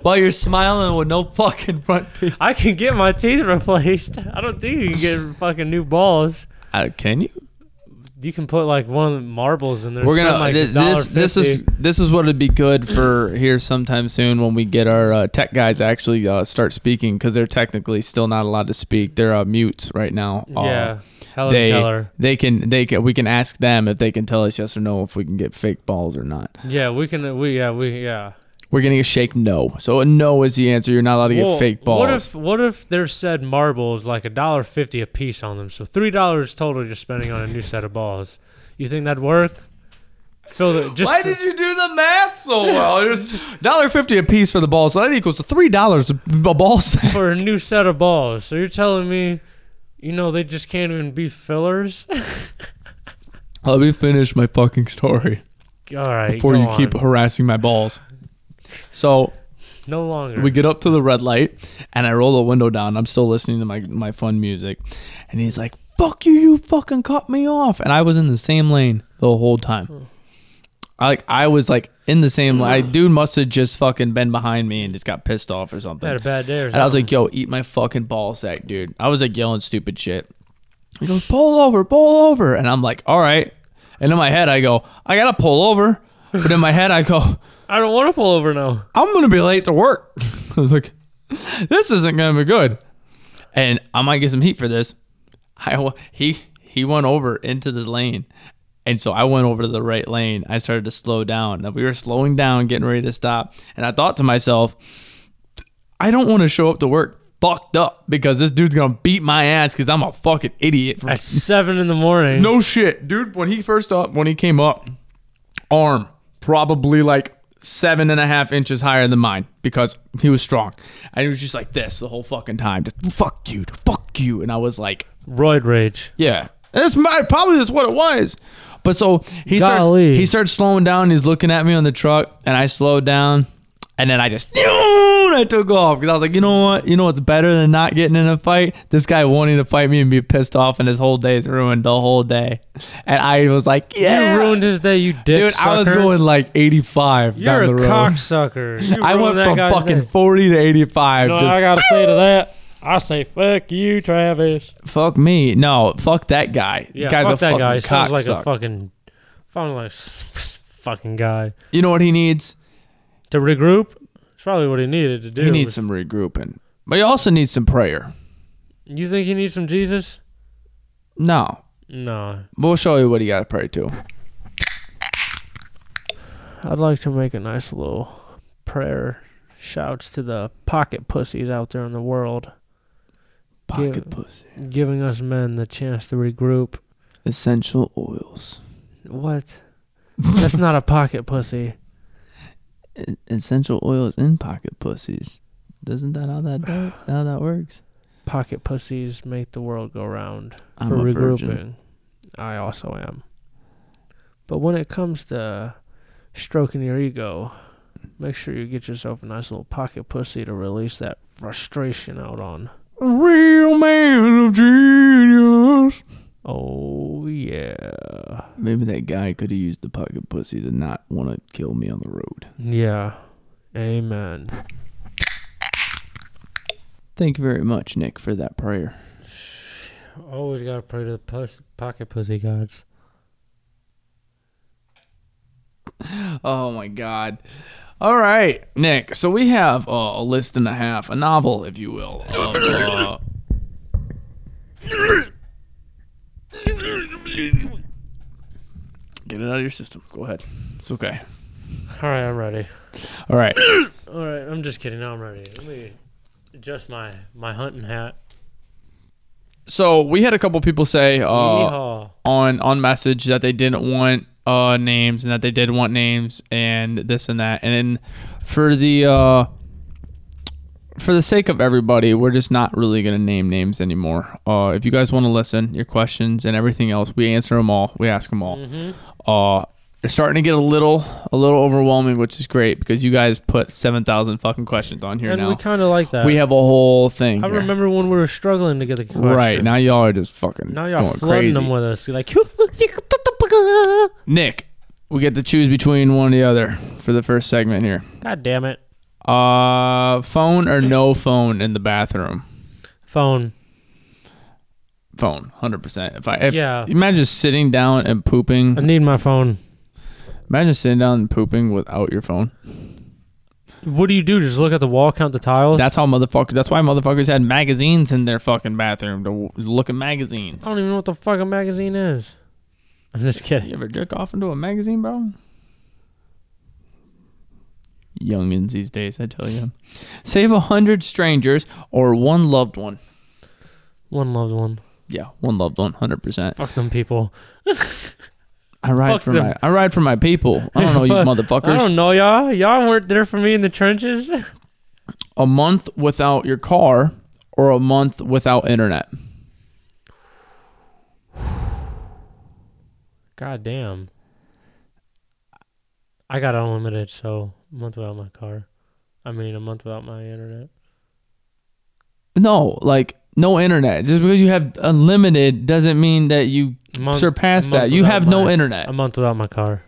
A: While you're smiling with no fucking front teeth.
B: I can get my teeth replaced. I don't think you can get fucking new balls.
A: Uh, can you?
B: You can put like one of the marbles in there.
A: We're gonna
B: Spend, like,
A: this, this this is
B: $1.50.
A: this is what would be good for here sometime soon when we get our uh, tech guys actually uh, start speaking because they're technically still not allowed to speak. They're uh, mutes right now. Uh,
B: yeah, Helen
A: they
B: Keller.
A: they can they can we can ask them if they can tell us yes or no if we can get fake balls or not.
B: Yeah, we can. We yeah we yeah.
A: We're getting a shake no. So a no is the answer. You're not allowed to get
B: Well,
A: fake balls.
B: What if what if there's said marbles like a dollar fifty a piece on them? So three dollars total you're spending on a new set of balls. You think that'd work? Fill the just
A: Why did you do the math so well? There's dollar fifty a piece for the ball, so that equals to three dollars a ball sack.
B: for a new set of balls. So you're telling me, you know, they just can't even be fillers? All
A: Let me finish my fucking story
B: right.
A: before
B: go
A: you keep
B: on.
A: harassing my balls. So
B: no longer.
A: we get up to the red light, and I roll the window down. I'm still listening to my my fun music, and he's like, "Fuck you! You fucking cut me off!" And I was in the same lane the whole time. I like I was like in the same lane. Dude must have just fucking been behind me and just got pissed off or something.
B: had a bad day. Or
A: And I was
B: something.
A: like, yo, eat my fucking ball sack, dude. I was like yelling stupid shit. He goes, pull over, pull over. And I'm like, all right. And in my head, I go, I got to pull over. But in my head, I go,
B: I don't want to pull over now.
A: I'm going to be late to work. I was like, this isn't going to be good. And I might get some heat for this. I, wa- he, he went over into the lane. And so I went over to the right lane. I started to slow down. Now we were slowing down, getting ready to stop. And I thought to myself, I don't want to show up to work fucked up because this dude's going to beat my ass because I'm a fucking idiot for
B: At seven in the morning.
A: no shit, dude. When he first up, when he came up, arm probably like seven and a half inches higher than mine because he was strong, and he was just like this the whole fucking time, just fuck you, fuck you, and I was like,
B: Roid rage.
A: yeah, And that's my probably that's what it was. But so he starts
B: Golly.
A: he starts slowing down. He's looking at me on the truck, and I slowed down, and then I just I took off because I was like, you know what, you know what's better than not getting in a fight? This guy wanting to fight me and be pissed off, and his whole day's ruined the whole day. And I was like, yeah,
B: You ruined his day, you dick
A: dude. I was
B: sucker.
A: going like 85
B: You're
A: down the
B: a
A: road.
B: cocksucker. You
A: I
B: ruined
A: went
B: that
A: from
B: guy's
A: fucking
B: day.
A: 40 to 85.
B: No,
A: just
B: I gotta say to that, I say fuck you, Travis.
A: fuck me. No, fuck that guy.
B: Yeah,
A: Guy's
B: fuck
A: a
B: that
A: fucking
B: guy. He Sounds like
A: cocksucker.
B: a fucking, sounds like fucking guy.
A: You know what he needs?
B: To regroup, it's probably what he needed to do.
A: He needs some regrouping, but he also needs some prayer.
B: You think he needs some Jesus?
A: No,
B: No.
A: we'll show you what he got to pray to.
B: I'd like to make a nice little prayer. Shouts to the pocket pussies out there in the world,
A: Pocket
B: Give-
A: pussy,
B: giving us men the chance to regroup.
A: essential oils,
B: What? That's not a pocket pussy.
A: E- essential oils in pocket pussies. Doesn't that how that do- how that works?
B: Pocket pussies make the world go round.
A: I'm
B: for
A: a
B: regrouping.
A: virgin.
B: I also am. But when it comes to stroking your ego, make sure you get yourself a nice little pocket pussy to release that frustration out on.
A: Real man of genius.
B: Oh yeah.
A: Maybe that guy could have used the pocket pussy to not want to kill me on the road.
B: Yeah. Amen.
A: Thank you very much, Nick, for that prayer.
B: Always gotta pray to the pus- pocket pussy gods.
A: Oh my God. All right, Nick. So we have uh, a list and a Um, half, a novel, if you will. of, uh, Get it out of your system. Go ahead. It's okay.
B: All right, I'm ready.
A: All right.
B: All right, I'm just kidding. Now I'm ready. Let me adjust my my hunting hat.
A: So we had a couple people say uh,
B: Yeehaw.
A: on on message that they didn't want uh, names and that they did want names and this and that. And then for the uh, for the sake of everybody, we're just not really gonna name names anymore. Uh, if you guys want to listen, your questions and everything else, we answer them all. We ask them all.
B: Mm-hmm.
A: Uh, it's starting to get a little a little overwhelming, which is great because you guys put seven thousand fucking questions on here
B: And
A: now.
B: we kind of like that.
A: We have a whole thing.
B: I
A: here.
B: remember when we were struggling to get the question.
A: Right now, y'all are just fucking
B: Now y'all
A: going
B: flooding
A: crazy.
B: them with us. You're like,
A: Nick, we get to choose between one or the other for the first segment here.
B: God damn it.
A: Uh, phone or no phone in the bathroom?
B: Phone.
A: Phone, hundred percent. If I, if,
B: Yeah.
A: imagine sitting down and
B: I
A: pooping.
B: need my phone.
A: Imagine sitting down and pooping without your phone.
B: What do you do? Just look at the wall, count the tiles?
A: That's how motherfuckers. That's why motherfuckers had magazines in their fucking bathroom to w- look at magazines.
B: I don't even know what the fuck a magazine is. I'm just kidding.
A: You ever jerk off into a magazine, bro? Youngins these days, I tell you. Save a hundred strangers or one loved one.
B: One loved one.
A: Yeah, one loved one, hundred percent.
B: Fuck them people.
A: I ride
B: Fuck
A: for
B: them.
A: my I ride for my people. I don't know you
B: Fuck. I
A: motherfuckers.
B: don't know y'all. Y'all weren't there for me in the trenches.
A: A month without your car or a month without internet.
B: God damn. I got unlimited, so a month without my car. I mean, a month without my internet.
A: No, like no internet. Just because you have unlimited doesn't mean that you
B: A month,
A: surpass
B: month
A: that. You
B: without
A: have no
B: my-
A: internet.
B: A month without my car.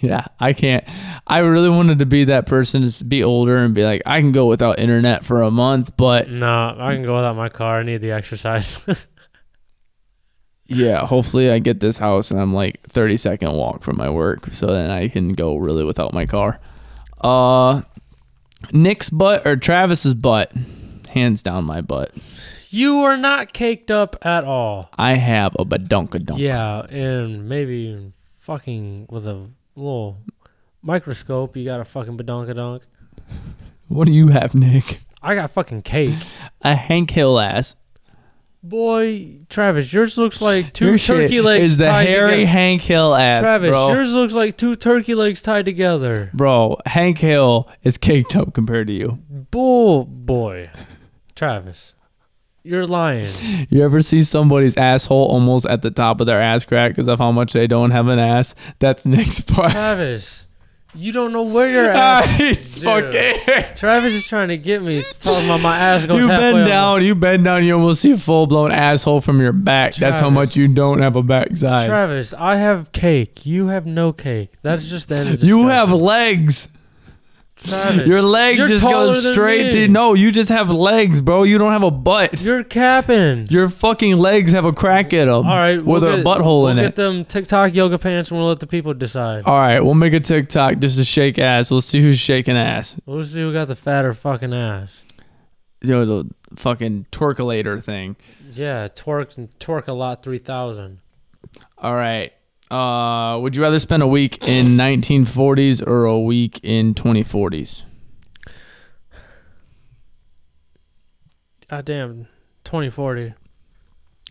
A: Yeah, I can't. I really wanted to be that person to be older and be like, I can go without internet for a month,
B: Mm.
A: but
B: No, I can go without my car. I need the exercise.
A: yeah, hopefully I get this house and I'm like 30 second walk from my work, so then I can go really without my car. Uh, Nick's butt or Travis's butt? Hands down, my butt.
B: you are not caked up at all.
A: I have a badonkadonk.
B: Yeah, and maybe fucking with a little microscope, you got a fucking badonkadonk.
A: What do you have, Nick?
B: I got fucking cake.
A: A Hank Hill ass.
B: Boy, Travis, yours looks like two
A: Your shit
B: turkey legs
A: is the
B: tied
A: hairy
B: together.
A: Hank Hill ass,
B: Travis,
A: bro.
B: yours looks like two turkey legs tied together.
A: Bro, Hank Hill is caked up compared to you.
B: Bull boy. Travis, you're lying.
A: You ever see somebody's asshole almost at the top of their ass crack because of how much they don't have an ass? That's Nick's part.
B: Travis, you don't know where you're
A: Ah,
B: at.
A: He's
B: Dude.
A: fucking.
B: Travis is trying to get me talking about my ass goes
A: You
B: halfway
A: bend
B: up.
A: down, you bend down, you almost see a full blown asshole from your back. That's how
B: Travis.
A: much you don't have a backside.
B: Travis, I have cake. You have no cake. That's just the end of
A: you
B: discussion.
A: have legs.
B: Travis,
A: Your leg
B: You're
A: just
B: taller
A: goes
B: than
A: straight
B: me.
A: to. No, you just have legs, bro. You don't have a butt.
B: You're capping.
A: Your fucking legs have a crack in them.
B: All right,
A: With
B: we'll
A: a
B: get-
A: butthole in it.
B: we'll
A: Oh.
B: Get them TikTok yoga pants, and we'll let the people decide.
A: All right, we'll make a TikTok just to shake ass. Let's see who's shaking ass.
B: We'll see who got the fatter fucking ass.
A: you know the fucking torculator thing.
B: Yeah, twerk and twerk a lot three thousand.
A: All right. Uh, would you rather spend a week in 1940s or a week in 2040s?
B: God damn, twenty forty.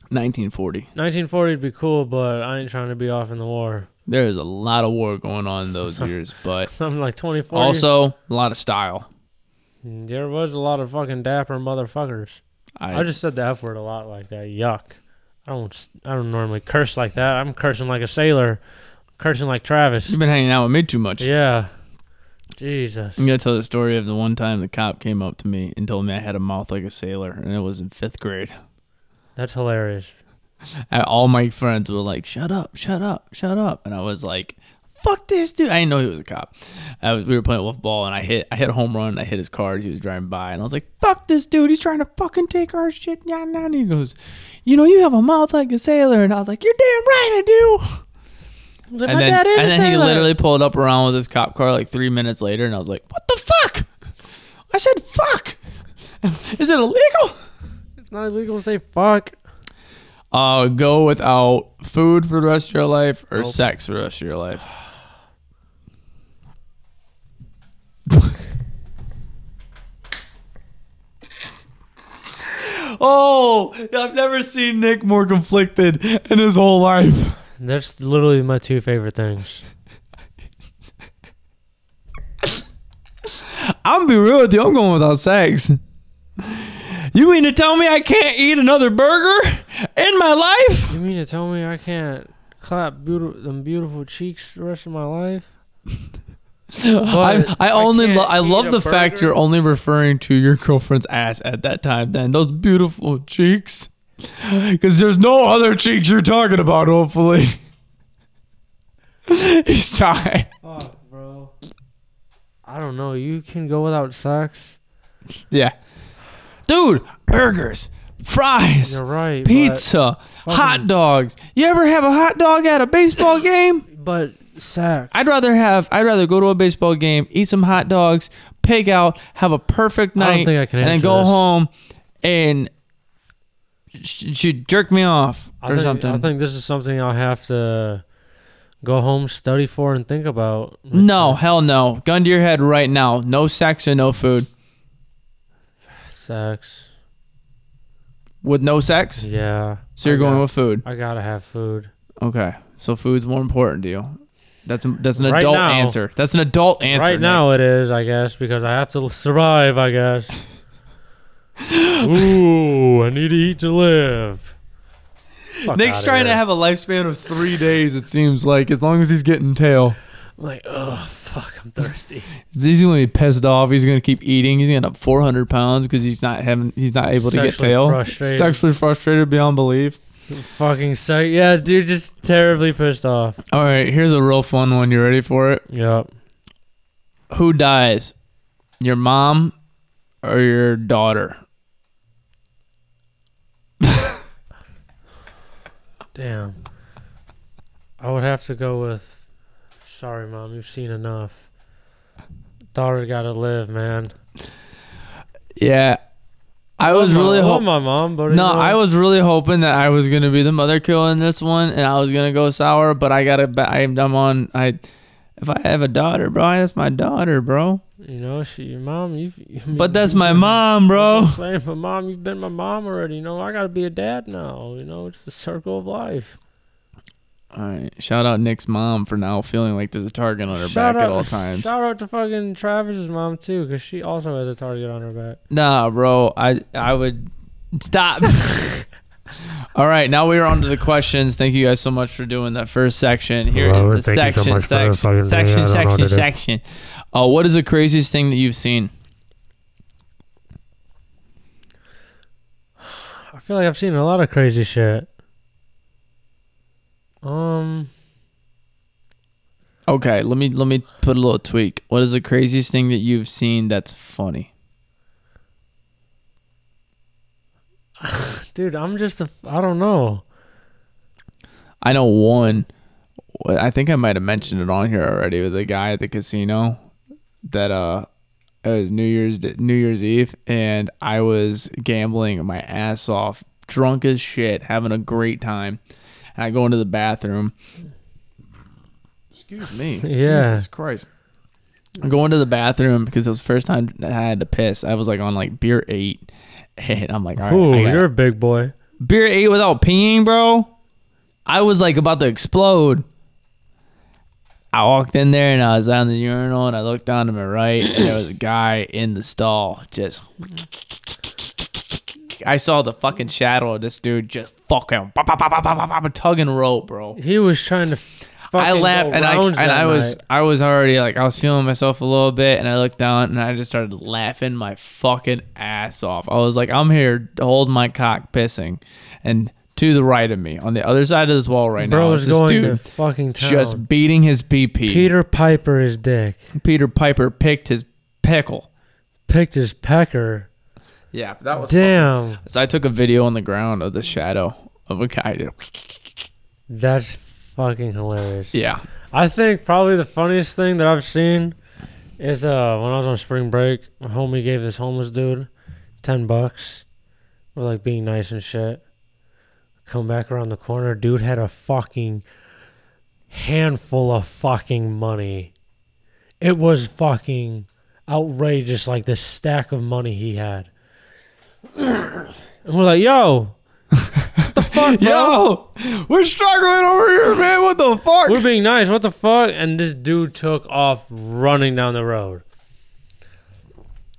A: 1940.
B: Nineteen forty'd be cool, but I ain't trying to be off in the war.
A: There is a lot of war going on those years, but
B: I'm like twenty forty.
A: also a lot of style.
B: there was a lot of fucking dapper motherfuckers.
A: I,
B: I just said the F word a lot like that. Yuck. I don't I don't normally curse like that. I'm cursing like a sailor. cursing like Travis.
A: you've been hanging out with me too much.
B: Yeah. Jesus.
A: I'm gonna tell the story of the one time the cop came up to me and told me I had a mouth like a sailor, and it was in fifth grade.
B: That's hilarious.
A: I, all my friends were like, "Shut up, shut up, shut up," and I was like, "Fuck this dude!" I didn't know he was a cop. I was, we were playing wolf ball, and I hit I hit a home run. I hit his car. as He was driving by, and I was like, "Fuck this dude! He's trying to fucking take our shit." Yeah, nah. And he goes, "You know, you have a mouth like a sailor," and I was like, "You're damn right, I do."
B: Like,
A: And
B: my
A: then,
B: dad is a
A: and then he
B: sailor.
A: literally pulled up around with his cop car like three minutes later, and I was like, "What the fuck?" I said, "Fuck." Is it illegal?
B: It's not illegal to say fuck.
A: Uh, go without food for the rest of your life or
B: Nope.
A: sex for the rest of your life. oh, I've never seen Nick more conflicted in his whole life.
B: That's literally my two favorite things.
A: I'm gonna be real with you. I'm going without sex. You mean to tell me I can't eat another burger in my life?
B: You mean to tell me I can't clap beautiful them beautiful cheeks the rest of my life?
A: I, I
B: I
A: only lo-
B: can't
A: I
B: eat
A: love
B: a
A: the fact
B: burger.
A: you're only referring to your girlfriend's ass at that time. Then those beautiful cheeks, because there's no other cheeks you're talking about. Hopefully, he's tired.
B: Fuck, bro. I don't know. You can go without sex.
A: Yeah, dude, burgers, fries,
B: You're right. but-
A: pizza, hot
B: fucking-
A: dogs. You ever have a hot dog at a baseball game?
B: But, sex.
A: I'd rather have I'd rather go to a baseball game, eat some hot dogs, pig out, have a perfect
B: I
A: night,
B: don't think I can
A: and then
B: answer
A: go
B: this.
A: home and sh- she jerk me off
B: I
A: or
B: think,
A: something.
B: I think this is something I'll have to go home, study for, and think about.
A: no, hell no. Gun to your head right now. No sex or no food.
B: Sex.
A: With no sex,
B: Yeah.
A: so you're
B: I
A: going
B: got-
A: with food.
B: I gotta have food.
A: Okay, so food's more important to you. That's a, that's an
B: Right
A: adult
B: now-
A: answer. That's an adult answer.
B: right
A: Nick.
B: now it is, I guess, because I have to survive, I guess. Ooh, I need to eat to live. Fuck
A: Nick's
B: outta
A: trying
B: here.
A: to have a lifespan of three days. It seems like as long as he's getting tail.
B: I'm like, oh fuck, I'm thirsty.
A: He's gonna be pissed off. He's gonna keep eating. He's gonna end up 400 pounds because he's not having. He's not able to get
B: Sexually
A: tail.
B: frustrated.
A: Sexually frustrated beyond belief.
B: Fucking psych. Yeah, dude, just terribly pissed off.
A: All right, here's a real fun one. You ready for it?
B: Yep.
A: Who dies? Your mom or your daughter?
B: Damn. I would have to go with. Sorry, mom. You've seen enough. Daughter gotta live, man.
A: Yeah, I was
B: Love my-
A: really
B: love
A: hoping.
B: my mom, but you
A: No,
B: know,
A: I was really hoping that I was gonna be the mother kill in this one, and I was gonna go sour. But I gotta. ba- I'm I'm on. I if I have a daughter, bro, that's my daughter, bro.
B: You know, she, your mom. You've, you
A: But that's my mom, bro.
B: That's what I'm saying, but mom, you've been my mom already. You know, I gotta be a dad now. You know, it's the circle of life.
A: All right. Shout out Nick's mom for now feeling like there's a target on her back at all times.
B: Shout out to fucking Travis's mom too, because she also has a target on her back.
A: Nah, bro. I I would stop. all right. Now we are on to the questions. Thank you guys so much for doing that first section. Here
B: Robert,
A: is the
B: thank you so
A: section,
B: much for
A: section, section,
B: fucking- I don't know what
A: section,
B: to do.
A: section. Uh, what is the craziest thing that you've seen?
B: I feel like I've seen a lot of crazy shit. Um,
A: Okay, let me let me put a little tweak. What is the craziest thing that you've seen that's funny?
B: dude, I'm just a. I don't know.
A: I know one. well, I think I might have mentioned it on here already with the guy at the casino that uh it was New Year's New Year's Eve and I was gambling my ass off, drunk as shit, having a great time. And I go into the bathroom. Excuse me.
B: Yeah.
A: Jesus Christ. I go into the bathroom because it was the first time I had to piss. I was like on like beer eight, and I'm like, all right, I
B: Ooh,
A: gotta-
B: you're a big boy.
A: beer eight without peeing, bro. I was like about to explode. I walked in there and I was on the urinal and I looked down to my right and there was a guy in the stall just. I saw the fucking shadow of this dude just fucking bop, bop, bop, bop, bop, bop, tugging rope, bro.
B: He was trying to. Fucking
A: I laughed
B: go
A: and I
B: rounds
A: and
B: that
A: I was
B: night.
A: I was already like I was feeling myself a little bit and I looked down and I just started laughing my fucking ass off. I was like, I'm here to hold my cock pissing, and to the right of me on the other side of this wall right
B: Bro
A: now is
B: was
A: this
B: going to
A: dude
B: fucking town.
A: just beating his PP. Peter,
B: Peter Piper is dick.
A: Piper picked his pickle.
B: Picked his pecker.
A: Yeah, that was.
B: Damn,
A: So I took a video on the ground of the shadow of a guy. that-
B: that's fucking hilarious.
A: Yeah,
B: I think probably the funniest thing that I've seen is uh when I was on spring break, my homie gave this homeless dude ten bucks for like being nice and shit. Come back around the corner, dude had a fucking handful of fucking money. It was fucking outrageous, like the stack of money he had. and we're like, yo, what the fuck, bro?
A: Yo, we're struggling over here, man. What the fuck?
B: We're being nice. What the fuck? And this dude took off running down the road.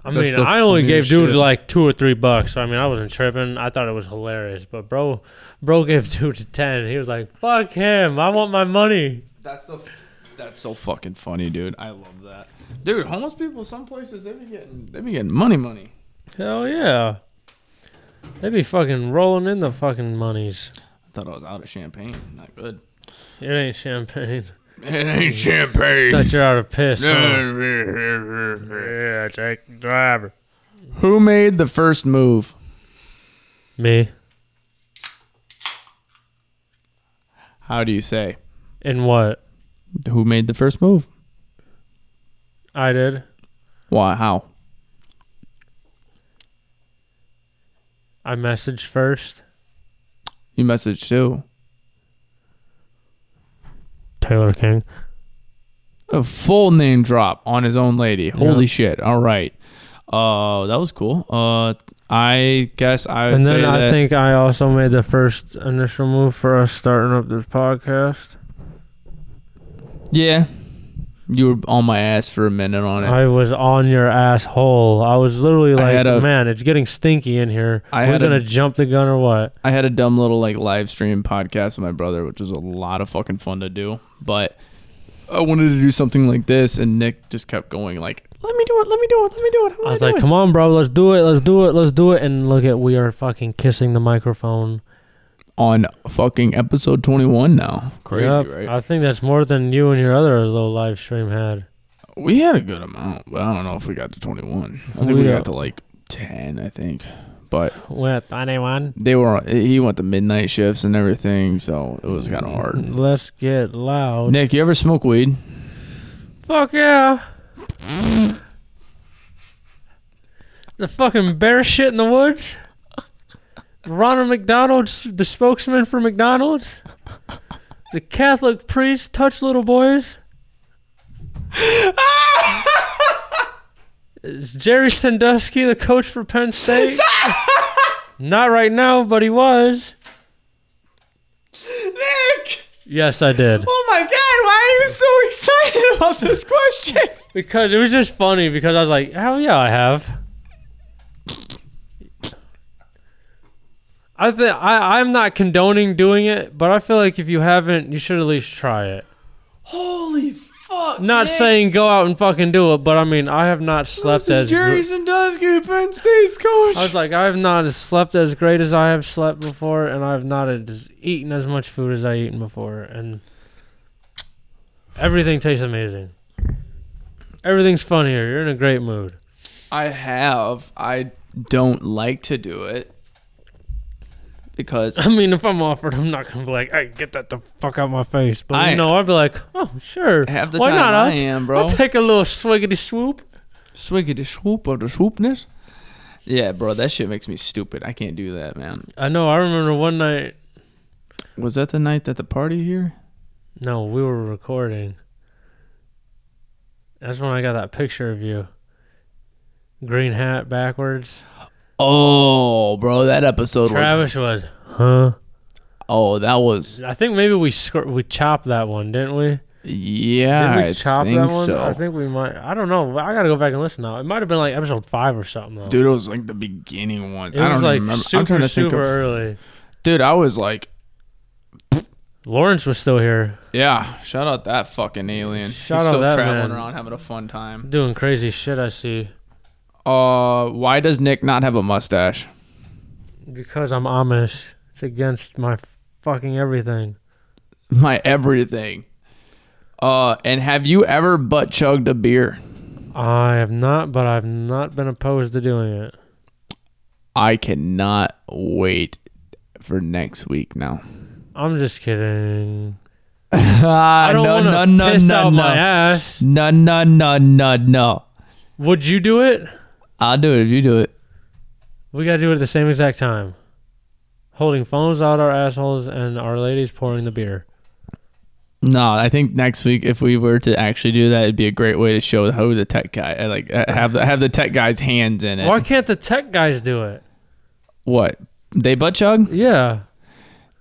B: I
A: That's
B: mean,
A: the
B: I only gave
A: funniest
B: dude
A: shit.
B: like two or three bucks. So, I mean, I wasn't tripping. I thought it was hilarious. But bro, bro gave dude to ten. He was like, "Fuck him! I want my money."
A: That's the. That's so fucking funny, dude. I love that, dude. Homeless people, some places they be getting they be getting money, money.
B: Hell yeah. They be fucking rolling in the fucking monies.
A: I thought I was out of champagne. Not good.
B: It ain't champagne.
A: It ain't champagne.
B: Thought you're out of piss. huh?
A: Who
B: Yeah, take the driver.
A: made the first move?
B: Me
A: How do you say?
B: and what
A: Who made the first move?
B: I did.
A: Why? How?
B: I messaged first.
A: You messaged too.
B: Taylor King.
A: A full name drop on his own lady. Holy shit! All right. Uh, that was cool. Uh, I guess I would
B: And
A: say
B: then I
A: that-
B: think I also made the first initial move for us starting up this podcast.
A: yeah, you were on my ass for a minute on it.
B: I was on your asshole. I was literally
A: I
B: like,
A: had a-
B: man, it's getting stinky in here.
A: I
B: We're
A: had a-
B: gonna jump the gun or what?
A: I had a dumb little like live stream podcast with my brother, which was a lot of fucking fun to do. But I wanted to do something like this, and Nick just kept going like, "Let me do it, let me do it, let me do it."
B: I was like, come on, bro, let's do it, let's do it, let's do it. And look at we are fucking kissing the microphone.
A: on fucking episode twenty one now, crazy
B: Yep.
A: right?
B: I think that's more than you and your other little live stream had.
A: we had a good amount, but I don't know if we got to twenty one. I think we
B: We, uh,
A: got to like ten, I think. But
B: With anyone?
A: they were he went to midnight shifts and everything, so it was kind of hard.
B: Let's get loud.
A: Nick, you ever smoke weed?
B: Fuck yeah. the fucking bear shit in the woods. Ronald McDonald's the spokesman for McDonald's. The Catholic priest touch little boys. It's Jerry Sandusky, the coach for Penn State. Not right now, but he was.
A: Nick,
B: Yes, I did.
A: oh my god, why are you so excited about this question?
B: Because it was just funny because I was like, hell yeah, I have. I think I I'm not condoning doing it, but I feel like if you haven't, you should at least try it.
A: Holy fuck!
B: Not
A: Nick.
B: saying go out and fucking do it, but I mean I have not slept
A: this
B: as
A: is Jerry
B: gr-
A: Sandusky, Penn State's coach.
B: I was like I have not as slept as great as I have slept before, and I have not as eaten as much food as I eaten before, and everything tastes amazing. Everything's funnier. You're in a great mood.
A: I have. I don't like to do it because
B: I mean, if I'm offered, I'm not gonna be like, "Hey, get that the fuck out my face." But
A: I-
B: you know, I'd be like, "Oh, sure,
A: half the
B: why
A: time
B: not?"
A: I
B: I'll,
A: am, bro.
B: I'll take a little swiggity swoop.
A: Swiggity swoop of the swoopness. Yeah, bro, that shit makes me stupid. I can't do that, man.
B: I know. I remember one night.
A: Was that the night that the party here?
B: No, we were recording. That's when I got that picture of you. Green hat backwards.
A: Oh, bro, that episode was.
B: Travis was, huh?
A: Oh, that was.
B: I think maybe we scr- we chopped that one, didn't we?
A: Yeah,
B: Did we
A: I
B: chop
A: think
B: that one?
A: so.
B: I think we might. I don't know. I gotta go back and listen now. It might have been like episode five or something. Though.
A: Dude, it was like the beginning ones.
B: it
A: I don't
B: was like
A: remember.
B: super,
A: I'm trying to think
B: super
A: of.
B: early.
A: Dude, I was like,
B: Lawrence was still here
A: yeah, shout out that fucking alien.
B: Shout
A: He's
B: out
A: still
B: that
A: traveling
B: man.
A: around having a fun time.
B: doing crazy shit. I see
A: Uh, why does Nick not have a mustache?
B: because I'm Amish. It's against my fucking everything.
A: My everything. Uh, and have you ever butt chugged a beer?
B: I have not, but I've not been opposed to doing it.
A: I cannot wait for next week now.
B: I'm just kidding.
A: I
B: I don't want to piss out my ass.
A: No, no, no, no, no.
B: Would you do it?
A: I'll do it if you do it.
B: We gotta do it at the same exact time. holding phones out our assholes, and our ladies pouring the beer.
A: No, I think next week if we were to actually do that, it'd be a great way to show who the tech guy uh, like uh, have the have the tech guy's hands in it.
B: Why can't the tech guys do it?
A: What they butt chug?
B: Yeah,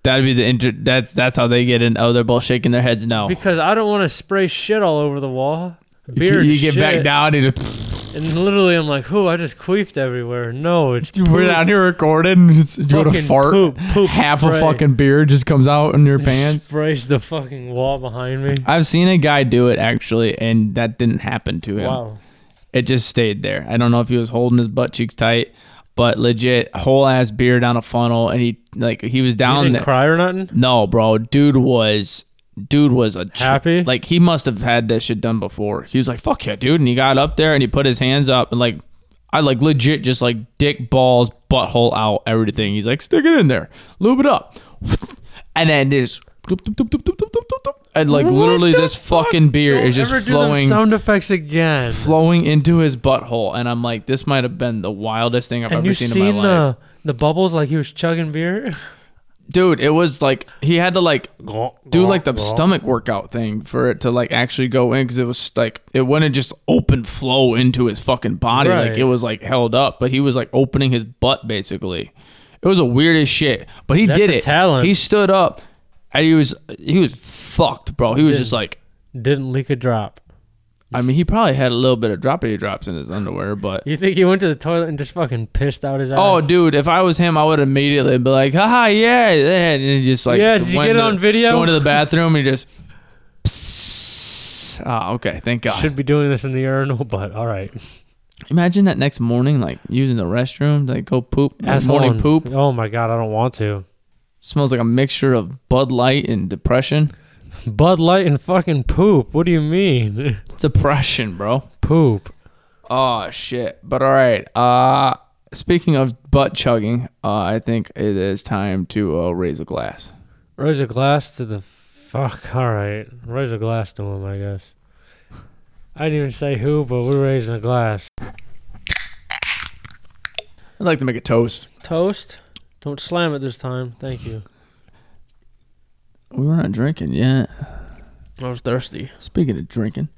A: That'd be the inter- that's that's how they get in. Oh, they're both shaking their heads. No,
B: because I don't want to spray shit all over the
A: Oh. You-
B: wall. Beer. and
A: you get back
B: shit.
A: down and just,
B: and literally I'm like, "Who? I just queefed everywhere." No, it's
A: we're
B: poop.
A: down here recording. Do you want to
B: Fucking
A: fart?
B: poop, poop
A: Half
B: spray.
A: a fucking beer just comes out in your pants.
B: Sprays the fucking wall behind me.
A: I've seen a guy do it actually, and that didn't happen to him.
B: Wow.
A: It just stayed there. I don't know if he was holding his butt cheeks tight, but legit whole ass beer down a funnel, and he like he was
B: You
A: down
B: didn't
A: there.
B: cry or nothing?
A: No, bro, dude was dude was a ch-
B: Happy?
A: Like he must have had that shit done before. He was like, "Fuck yeah, dude!" And he got up there and he put his hands up and like, I like legit just like dick balls butthole out everything. He's like, "Stick it in there, lube it up," and then this. And like
B: What
A: literally,
B: the
A: this fucking beer
B: Don't
A: is just
B: ever do them
A: flowing,
B: sound effects again.
A: flowing into his butthole, and I'm like, this might have been the wildest thing I've
B: and
A: ever
B: you
A: seen,
B: seen,
A: in my life,
B: the the bubbles like he was chugging beer?
A: dude. It was like he had to like do like the stomach workout thing for it to like actually go in because it was like it wouldn't just open flow into his fucking body like
B: Right.
A: it was like held up but he was like opening his butt basically it was the weirdest shit but he
B: That's
A: did
B: a
A: it
B: talent.
A: he stood up and he was he was fucked bro he was just like
B: Didn't leak a drop.
A: I mean he probably had a little bit of droppity drops in his underwear but
B: You think he went to the toilet and just fucking pissed out his ass?
A: oh dude if I was him I would immediately be like haha yeah yeah," and he just like
B: Yeah, did you
A: went
B: get it
A: to-
B: on video?
A: going to the bathroom and he just Ah, okay. Thank God.
B: should be doing this in the urinal, but all right.
A: Imagine that next morning, like using the restroom, like go poop. like,
B: Asshole
A: morning
B: and-
A: poop
B: Oh my god, I don't want to.
A: smells like a mixture of Bud Light and depression.
B: Bud Light and fucking poop. What do you mean?
A: Depression, bro.
B: poop.
A: Oh shit. But all right. Uh, speaking of butt chugging, uh, I think it is time to uh, raise a glass.
B: Raise a glass to the fuck. All right, raise a glass to him. I guess. I didn't even say who, but we're raising a glass.
A: I'd like to make a toast.
B: Toast. Don't slam it this time. Thank you.
A: We weren't drinking yet.
B: I was thirsty.
A: Speaking of drinking,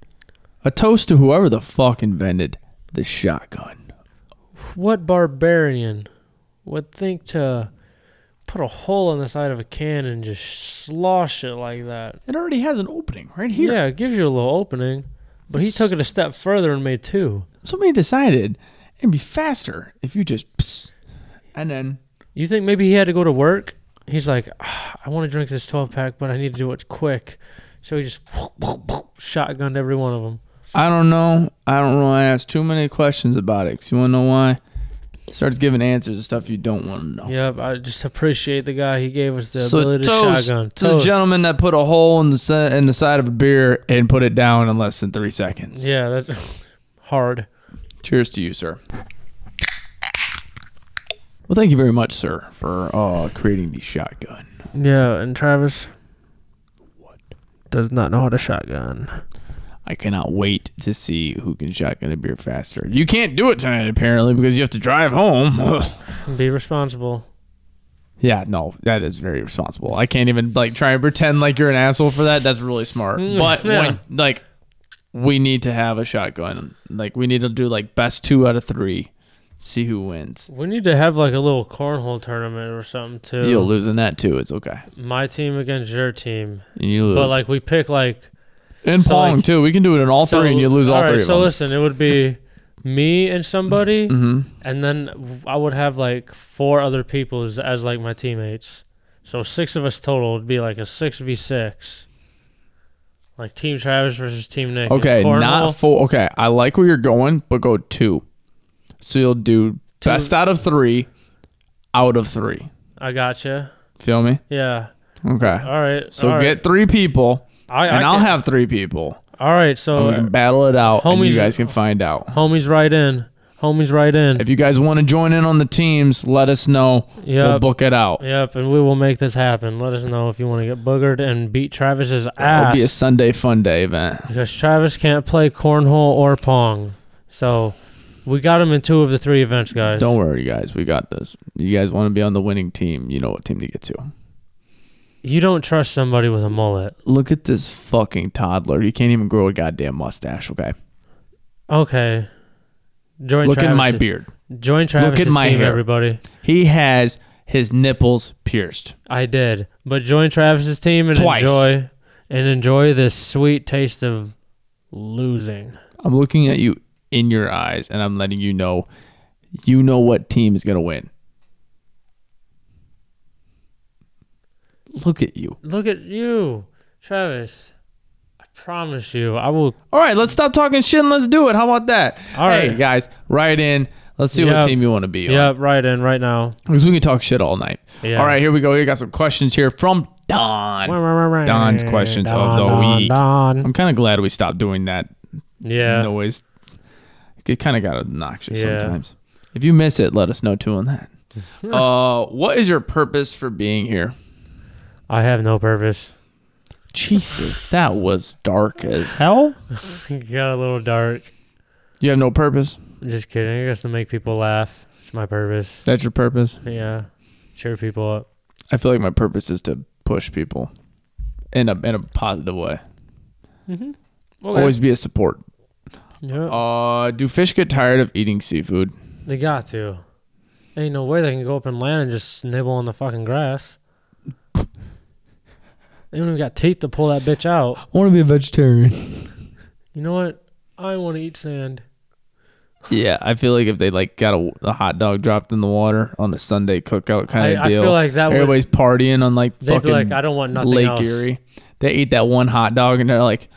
A: a toast to whoever the fuck invented the shotgun.
B: What barbarian would think to put a hole in the side of a can and just slosh it like that?
A: It already has an opening right
B: Yeah, it gives you a little opening, but he
A: S-
B: took it a step further and made two.
A: somebody decided it'd be faster if you just pss, and then
B: You think maybe he had to go to work? He's like, "Ah, I want to drink this 12 pack, but I need to do it quick. So he just shotgunned every one of them.
A: I don't know. I don't know. I asked too many questions about it. 'cause you want to know why? Starts giving answers to stuff you don't want to know.
B: Yep, I just appreciate the guy. He gave us the
A: Oh. So
B: ability to
A: toast
B: shotgun.
A: to the gentleman that put a hole in the si- in the side of a beer and put it down in less than three seconds.
B: Yeah, that's hard.
A: Cheers to you, sir. Well, thank you very much, sir, for uh, creating the shotgun.
B: Yeah, and Travis does not know how to shotgun.
A: I cannot wait to see who can shotgun a beer faster. You can't do it tonight, apparently, because you have to drive home. Ugh.
B: Be responsible.
A: Yeah, no, that is very responsible. I can't even like try and pretend like you're an asshole for that. That's really smart.
B: Mm,
A: But
B: yeah.
A: when, like, we need to have a shotgun. Like, we need to do like best two out of three, see who wins.
B: We need to have like a little cornhole tournament or something too.
A: You'll lose in that too. It's okay.
B: My team against your team,
A: And you lose.
B: but like we pick like
A: in
B: so,
A: pong
B: like-
A: too, we can do it in all
B: So-
A: three, and you lose all,
B: right,
A: three of
B: so
A: them.
B: listen, it would be me and somebody,
A: Mhm.
B: and then I would have like four other people as, as like my teammates. So six of us total would be like a six v six, like Team Travis versus Team Nick.
A: Okay,
B: Cornhole,
A: not full. Okay, I like where you're going, but go two. So you'll do
B: Two-
A: best out of three, out of three.
B: I gotcha.
A: Feel me?
B: Yeah.
A: Okay.
B: All right.
A: So
B: all right.
A: get three people,
B: I, Uh, I
A: and I'll
B: can-
A: have three people.
B: All right.
A: and
B: So
A: we can battle it out, and
B: homies-
A: you guys can find out.
B: homies, right in. Homies, right in.
A: If you guys want to join in on the teams, let us know. We'll
B: Yep.
A: book it out.
B: Yep, and we will make this happen. Let us know if you want to get boogered and beat Travis's
A: It'll
B: ass.
A: be a Sunday fun day event.
B: Because Travis can't play cornhole or pong. So We got him in two of the three events, guys.
A: Don't worry, guys. We got this. You guys want to be on the winning team. You know what team to get to.
B: You don't trust somebody with a mullet.
A: Look at this fucking toddler. He can't even grow a goddamn mustache, okay?
B: Okay. Join
A: Look at my
B: Travis's-
A: beard.
B: Join Travis's
A: my
B: team,
A: hair.
B: everybody.
A: He has his nipples pierced.
B: I did, but join Travis's team and
A: Twice.
B: enjoy and enjoy this sweet taste of losing.
A: I'm looking at you in your eyes and I'm letting you know you know what team is going to win. Look at you.
B: Look at you, Travis. I promise you, I will.
A: All right, let's stop talking shit and let's do it. How about that?
B: All
A: hey,
B: right.
A: guys, write in. Let's see
B: Yep.
A: what team you want to be on.
B: Yep, right in right now.
A: Because we can talk shit all night.
B: Yeah.
A: All right, here we go. We got some questions here from Don. Don's
B: Don's
A: questions of the week. I'm kind of glad we stopped doing that
B: Yeah.
A: noise. It kind of got obnoxious
B: Yeah.
A: sometimes. If you miss it, let us know too on that. uh, what is your purpose for being here?
B: I have no purpose.
A: Jesus, that was dark as hell.
B: Got a little dark.
A: You have no purpose.
B: Just kidding. I guess to make people laugh. It's my purpose.
A: That's your purpose.
B: Yeah. Cheer people up.
A: I feel like my purpose is to push people in a in a positive way. Always be a support.
B: Yeah.
A: Uh, do fish get tired of eating seafood?
B: They got to. Ain't no way they can go up and land and just nibble on the fucking grass. they don't even got teeth to pull that bitch out.
A: I want to be a vegetarian.
B: You know what? I want to eat sand.
A: Yeah, I feel like if they like got a, a hot dog dropped in the water on a Sunday cookout kind
B: I,
A: of
B: I
A: deal,
B: feel like that would.
A: everybody's partying on like
B: They'd
A: fucking
B: be like, I don't want nothing
A: Lake
B: else.
A: Erie. They ate that one hot dog and they're like,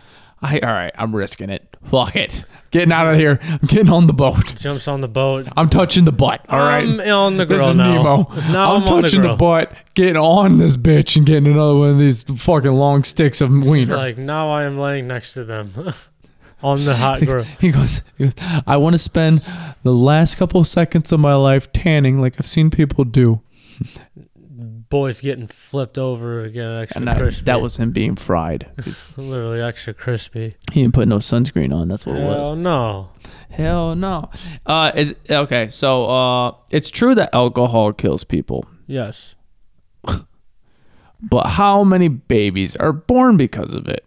A: I all right, I'm risking it. Fuck it. Getting out of here. I'm getting on the boat.
B: Jumps on the boat.
A: I'm touching the butt. All right.
B: I'm on the
A: this
B: grill
A: is
B: now.
A: Nemo.
B: Now
A: I'm,
B: I'm, on the
A: touching the,
B: grill.
A: butt, getting on this bitch and getting another one of these fucking long sticks of
B: It's
A: wiener.
B: like now I am laying next to them on the hot grill.
A: he goes, he goes, I want to spend the last couple of seconds of my life tanning like I've seen people do.
B: Boys getting flipped over to get extra
A: And that,
B: crispy.
A: that was him being fried.
B: literally extra crispy.
A: He didn't put no sunscreen on. That's what it was.
B: Hell no.
A: Hell no. Uh, is okay. So uh, it's true that alcohol kills people,
B: Yes.
A: but how many babies are born because of it?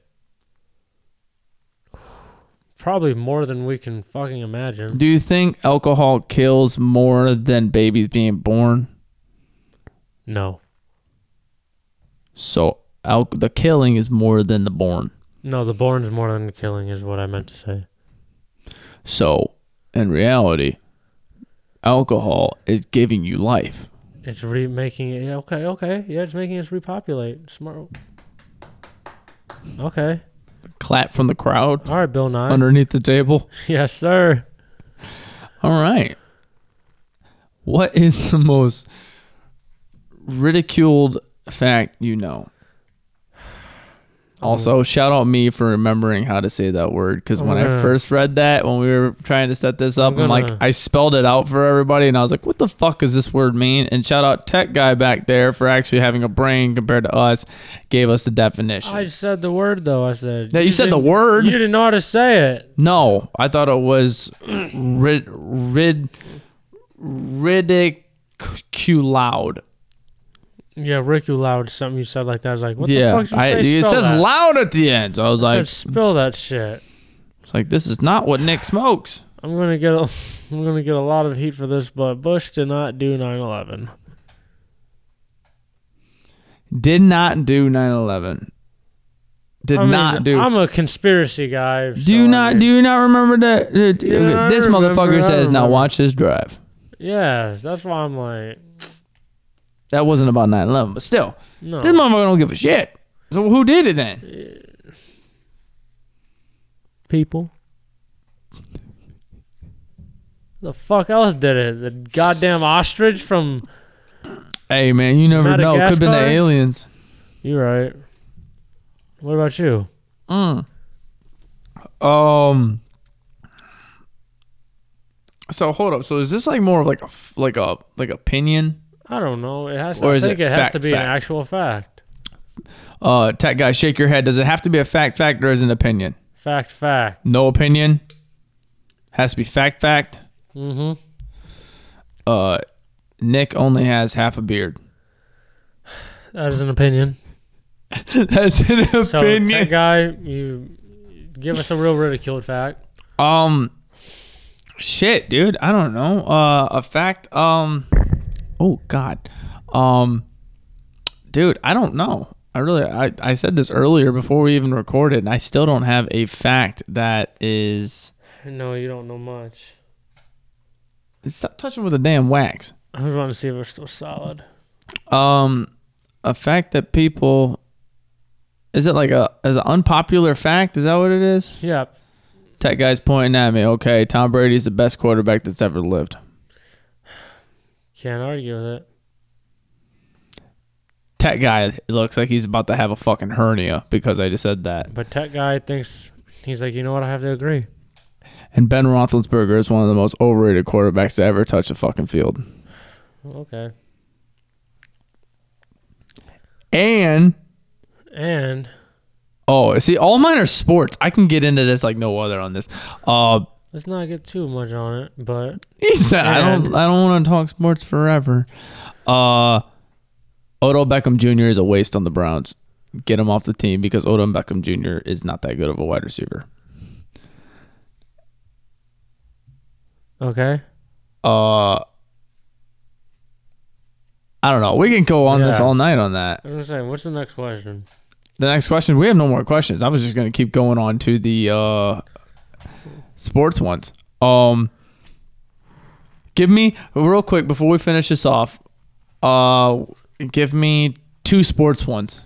B: Probably more than we can fucking imagine.
A: Do you think alcohol kills more than babies being born?
B: No.
A: So al- the killing is more than the born.
B: No, the born's more than the killing is what I meant to say.
A: So in reality, alcohol is giving you life.
B: It's remaking it. yeah, Okay, okay. Yeah, it's making us repopulate. Smart. Okay.
A: Clap from the crowd
B: All right, Bill Nye.
A: underneath the table.
B: yes, sir.
A: All right. What is the most ridiculed fact you know?
B: Oh.
A: Also, shout out me for remembering how to say that word because when I
B: Okay.
A: first read that, when we were trying to set this up, I'm,
B: I'm
A: like,
B: gonna-
A: I spelled it out for everybody and I was like, what the fuck does this word mean? And shout out Tech Guy back there for actually having a brain compared to us, gave us the definition.
B: I said the word, though. I said.
A: yeah, you said the
B: didn't-
A: word.
B: You didn't know how to say it.
A: No, I thought it was rid rid ridiculed.
B: Yeah, Rick, you loud something you said like that. I was like, what the
A: Yeah,
B: fuck did you
A: I,
B: say?
A: it
B: Spell
A: says
B: that.
A: loud at the end. So I was like,
B: I said, spill that shit.
A: it's like this is not what Nick smokes.
B: I'm gonna get a, I'm gonna get a lot of heat for this, but Bush did not do 9/11.
A: Did not do 9/11. Did
B: I mean,
A: not do.
B: I'm a conspiracy guy. so,
A: do you
B: I
A: not
B: mean-
A: do you not remember that? Uh,
B: Yeah, I
A: this
B: remember,
A: motherfucker
B: I
A: says now
B: remember."
A: watch this drive.
B: Yeah, that's why I'm like,
A: That wasn't about 9/11, but still,
B: no.
A: this motherfucker don't give a shit. So who did it then?
B: people. The fuck else did it? The goddamn ostrich from.
A: Hey man, you never know. Could have been the
B: Madagascar?
A: aliens.
B: You're right. What about you?
A: Mm. Um. So hold up. So is this like more of like a f- like a like opinion?
B: I don't know. It has.
A: Or
B: I
A: is
B: think
A: it
B: it, has
A: fact,
B: to be
A: fact?
B: an actual fact.
A: Uh, tech guy, shake your head. Does it have to be a fact fact or is it an opinion?
B: Fact, fact.
A: No opinion. Has to be fact fact.
B: Mm-hmm.
A: Uh, Nick only has half a beard.
B: That is an opinion.
A: That's an
B: So
A: opinion.
B: tech guy, you give us a real ridiculed fact.
A: um, shit, dude. I don't know. Uh, a fact. Um, oh God. Um, dude, I don't know. I really. I I said this earlier before we even recorded, and I still don't have a fact that is.
B: No, you don't know much.
A: Stop touching with the damn wax.
B: I just want to see if we're still solid.
A: Um, a fact that people. Is it like a as an unpopular fact? Is that what it is?
B: Yep.
A: Tech guy's pointing at me. Okay, Tom Brady's the best quarterback that's ever lived.
B: Can't argue with it.
A: Tech guy looks like he's about to have a fucking hernia because I just said that.
B: But tech guy thinks he's like, you know what? I have to agree.
A: And Ben Roethlisberger is one of the most overrated quarterbacks to ever touch the fucking field.
B: Okay.
A: And
B: And
A: oh, see, all mine are sports. I can get into this like no other on this. Uh,
B: let's not get too much on it. But
A: he said I don't, I don't want to talk sports forever. Uh, Odell Beckham Jr. is a waste on the Browns. Get him off the team because Odell Beckham Jr. is not that good of a wide receiver.
B: okay.
A: uh I don't know. We can go on this
B: Yeah.
A: all night on that.
B: I'm just saying. What's the next question?
A: The next question, we have no more questions. I was just going to keep going on to the uh sports ones. Um give me real quick before we finish this off. Uh give me two sports ones.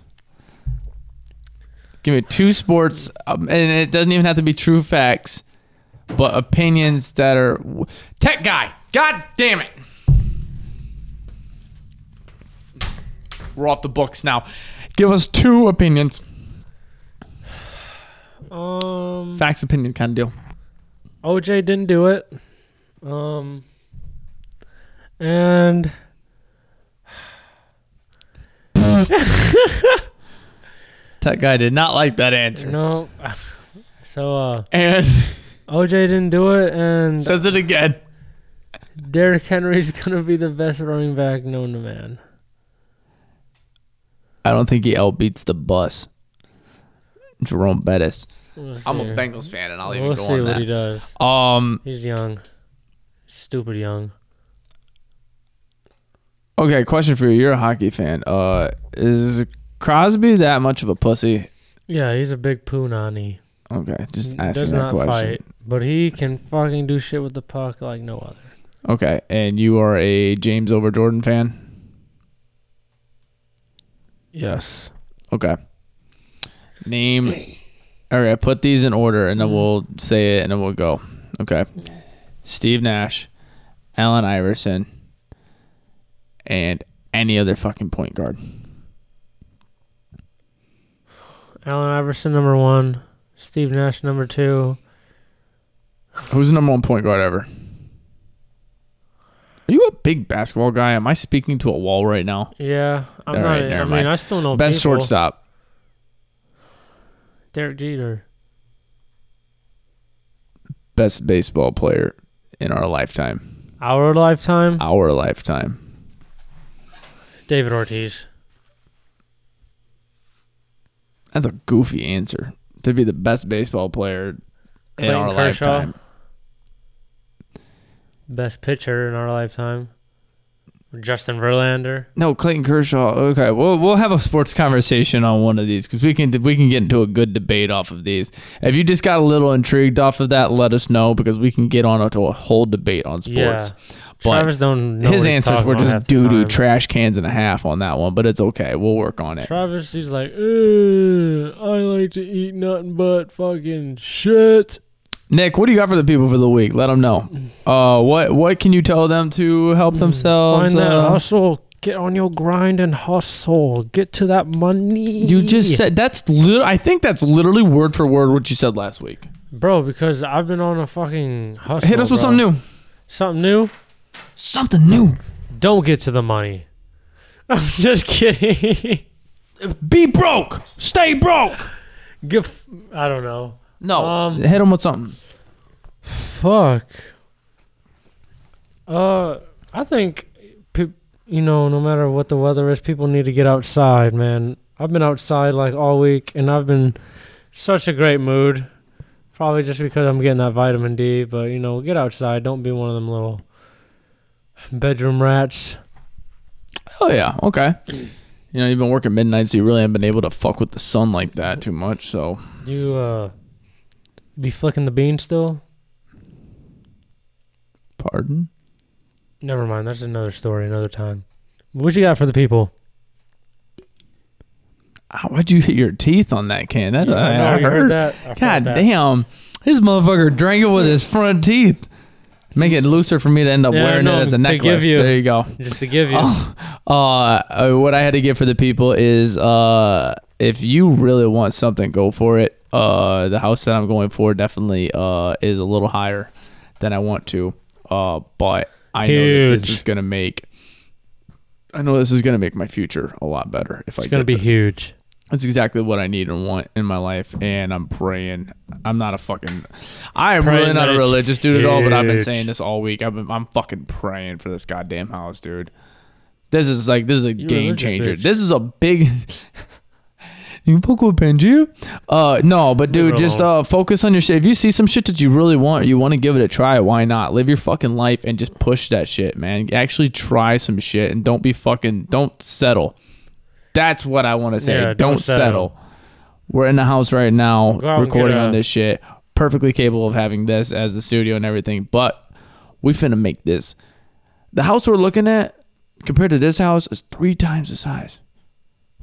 A: Give me two sports um, and it doesn't even have to be true facts, but opinions that are tech guy. God damn it. We're off the books now. Give us two opinions.
B: Um.
A: Facts, opinion kind of deal.
B: OJ didn't do it. Um, and
A: Tech guy did not like that answer.
B: no, so uh,
A: And
B: OJ didn't do it, and
A: says it again.
B: Derrick Henry's gonna be the best running back known to man.
A: I don't think he outbeats the bus. Jerome Bettis.
B: We'll
A: I'm a
B: see.
A: Bengals fan, and I'll even
B: We'll
A: go
B: see
A: on
B: what he
A: that.
B: does.
A: Um.
B: He's young, stupid young.
A: Okay. Question for you. You're a hockey fan. Uh, is Crosby that much of a pussy?
B: Yeah, he's a big punani.
A: Okay. Just asking
B: Does
A: that
B: not
A: question.
B: fight, but he can fucking do shit with the puck like no other.
A: Okay. And you are a James over Jordan fan.
B: Yes.
A: Okay. Name. All right. Put these in order, and then we'll say it, and then we'll go. Okay. Steve Nash, Allen Iverson, and any other fucking point guard.
B: Allen Iverson number one, Steve Nash number two.
A: Who's the number one point guard ever? Are you a big basketball guy? Am I speaking to a wall right now?
B: Yeah, I'm
A: All
B: not.
A: right,
B: I
A: never
B: mean,
A: mind.
B: I still know
A: Best
B: people.
A: shortstop.
B: Derek Jeter.
A: Best baseball player in our lifetime.
B: Our lifetime,
A: Our lifetime.
B: David Ortiz.
A: That's a goofy answer. To be the best baseball player in
B: Clayton
A: our
B: Kershaw.
A: lifetime.
B: Best pitcher in our lifetime, Justin Verlander.
A: No, Clayton Kershaw. Okay, we'll we'll have a sports conversation on one of these because we can we can get into a good debate off of these. If you just got a little intrigued off of that, let us know because we can get on to a whole debate on
B: Yeah,
A: sports. But
B: Travis don't.
A: His
B: Know what he's
A: answers
B: talking
A: were
B: about half
A: just
B: the
A: doo doo
B: time.
A: trash cans and a half on that one, but it's okay. We'll work on it.
B: Travis, he's like, "Ugh, I like to eat nothing but fucking shit.
A: Nick, what do you got for the people for the week? Let them know. Uh, what what can you tell them to help themselves?
B: Hmm, Find that
A: uh,
B: hustle. Get on your grind and hustle. Get to that money.
A: you just said that's. Lit- I think that's literally word for word what you said last week.
B: bro, because I've been on a fucking hustle.
A: Hit us with
B: bro.
A: something new.
B: Something new.
A: Something new.
B: Don't get to the money. I'm just kidding.
A: Be broke. Stay broke.
B: Get f- I don't know.
A: No.
B: Um,
A: hit him with something.
B: Fuck. Uh, I think, pe- you know, no matter what the weather is, people need to get outside, man. I've been outside like all week, and I've been such a great mood. Probably just because I'm getting that vitamin D, but you know, get outside. Don't be one of them little bedroom rats.
A: Oh yeah, okay. You know, you've been working midnight, so you really haven't been able to fuck with the sun like that too much. So
B: You uh, be flicking the bean still?
A: pardon.
B: Never mind. That's another story, another time. What you got for the people?
A: Ow, Ah, why'd you hit your teeth on that can? That I,
B: know
A: I
B: you
A: heard.
B: that. I felt
A: God
B: that.
A: damn, this motherfucker drank it with his front teeth. Make it looser for me to end up
B: Yeah,
A: wearing
B: no,
A: it as a
B: to
A: necklace.
B: give you-
A: there you go.
B: Just to give you.
A: Oh, uh, uh, what I had to give for the people is uh, if you really want something, go for it. Uh, the house that I'm going for definitely uh, is a little higher than I want to, uh, but I know that this
B: Huge.
A: is gonna make. I know this is gonna make my future a lot better if I
B: it's gonna
A: get
B: be
A: this.
B: huge.
A: That's exactly what I need and want in my life, and I'm praying. I'm not a fucking. I am
B: Praying
A: really not
B: that
A: a
B: it's
A: religious dude at all, but I've been
B: huge.
A: saying this all week. I've been, I'm fucking praying for this goddamn house, dude. This is like this is a
B: You're
A: game
B: religious,
A: changer.
B: bitch.
A: This is a big. you fuck with Benji? Uh, no, but
B: Leave
A: dude,
B: it
A: just
B: alone.
A: uh, focus on your shit. If you see some shit that you really want, you want to give it a try. Why not? Live your fucking life and just push that shit, man. Actually try some shit and don't be fucking. Don't settle. That's what I want to say.
B: Yeah,
A: don't,
B: don't
A: settle.
B: settle.
A: We're in the house right now,
B: Go out and
A: recording
B: get a-
A: on this shit. Perfectly capable of having this as the studio and everything, but we finna make this. The house we're looking at compared to this house is three times the size.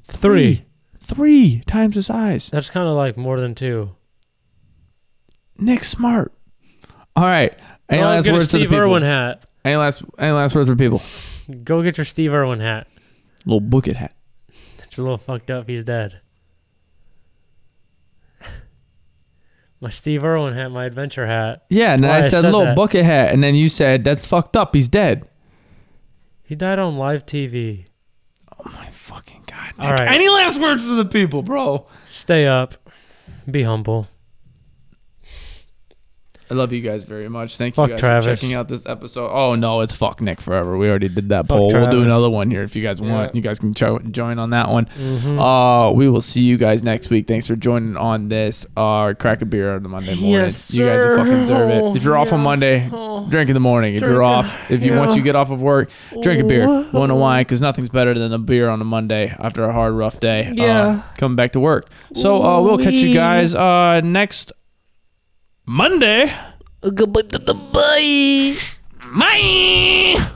B: Three.
A: Three times the size.
B: That's kind of like more than two.
A: Nick Smart. All right. Any
B: Go
A: last
B: get a
A: words to the
B: Steve
A: people?
B: Irwin hat.
A: Any last any last words for people?
B: Go get your Steve Irwin hat.
A: Little bucket hat.
B: It's a little fucked up. He's dead. My Steve Irwin hat, my adventure hat.
A: Yeah, and then
B: Why
A: I
B: I
A: said
B: said
A: little
B: that.
A: bucket hat, and then you said that's fucked up. He's dead.
B: He died on live TV.
A: Oh my fucking god.
B: All right.
A: Any last words to the people, bro?
B: Stay up. Be humble.
A: I love you guys very much. Thank
B: Fuck
A: you guys
B: Travis.
A: for checking out this episode. Oh no, it's fuck Nick forever. We already did that
B: Fuck
A: poll. We'll do
B: Travis.
A: another one here if you guys want.
B: Yeah.
A: You guys can cho- join on that one.
B: Mm-hmm.
A: Uh, we will see you guys next week. Thanks for joining on this. Uh, crack a beer on the Monday morning.
B: Yes,
A: You guys
B: sir.
A: fucking deserve it. If you're off on
B: Yeah. Oh.
A: Monday, drink in the morning. If you're
B: Drink-
A: off, if you once
B: yeah.
A: you get off of work, drink a beer. Wonder why? Because nothing's better than a beer on a Monday after a hard, rough day.
B: Yeah.
A: Uh, coming back to work. So uh, we'll catch you
B: Ooh-wee.
A: guys uh next Monday. Goodbye. Bye.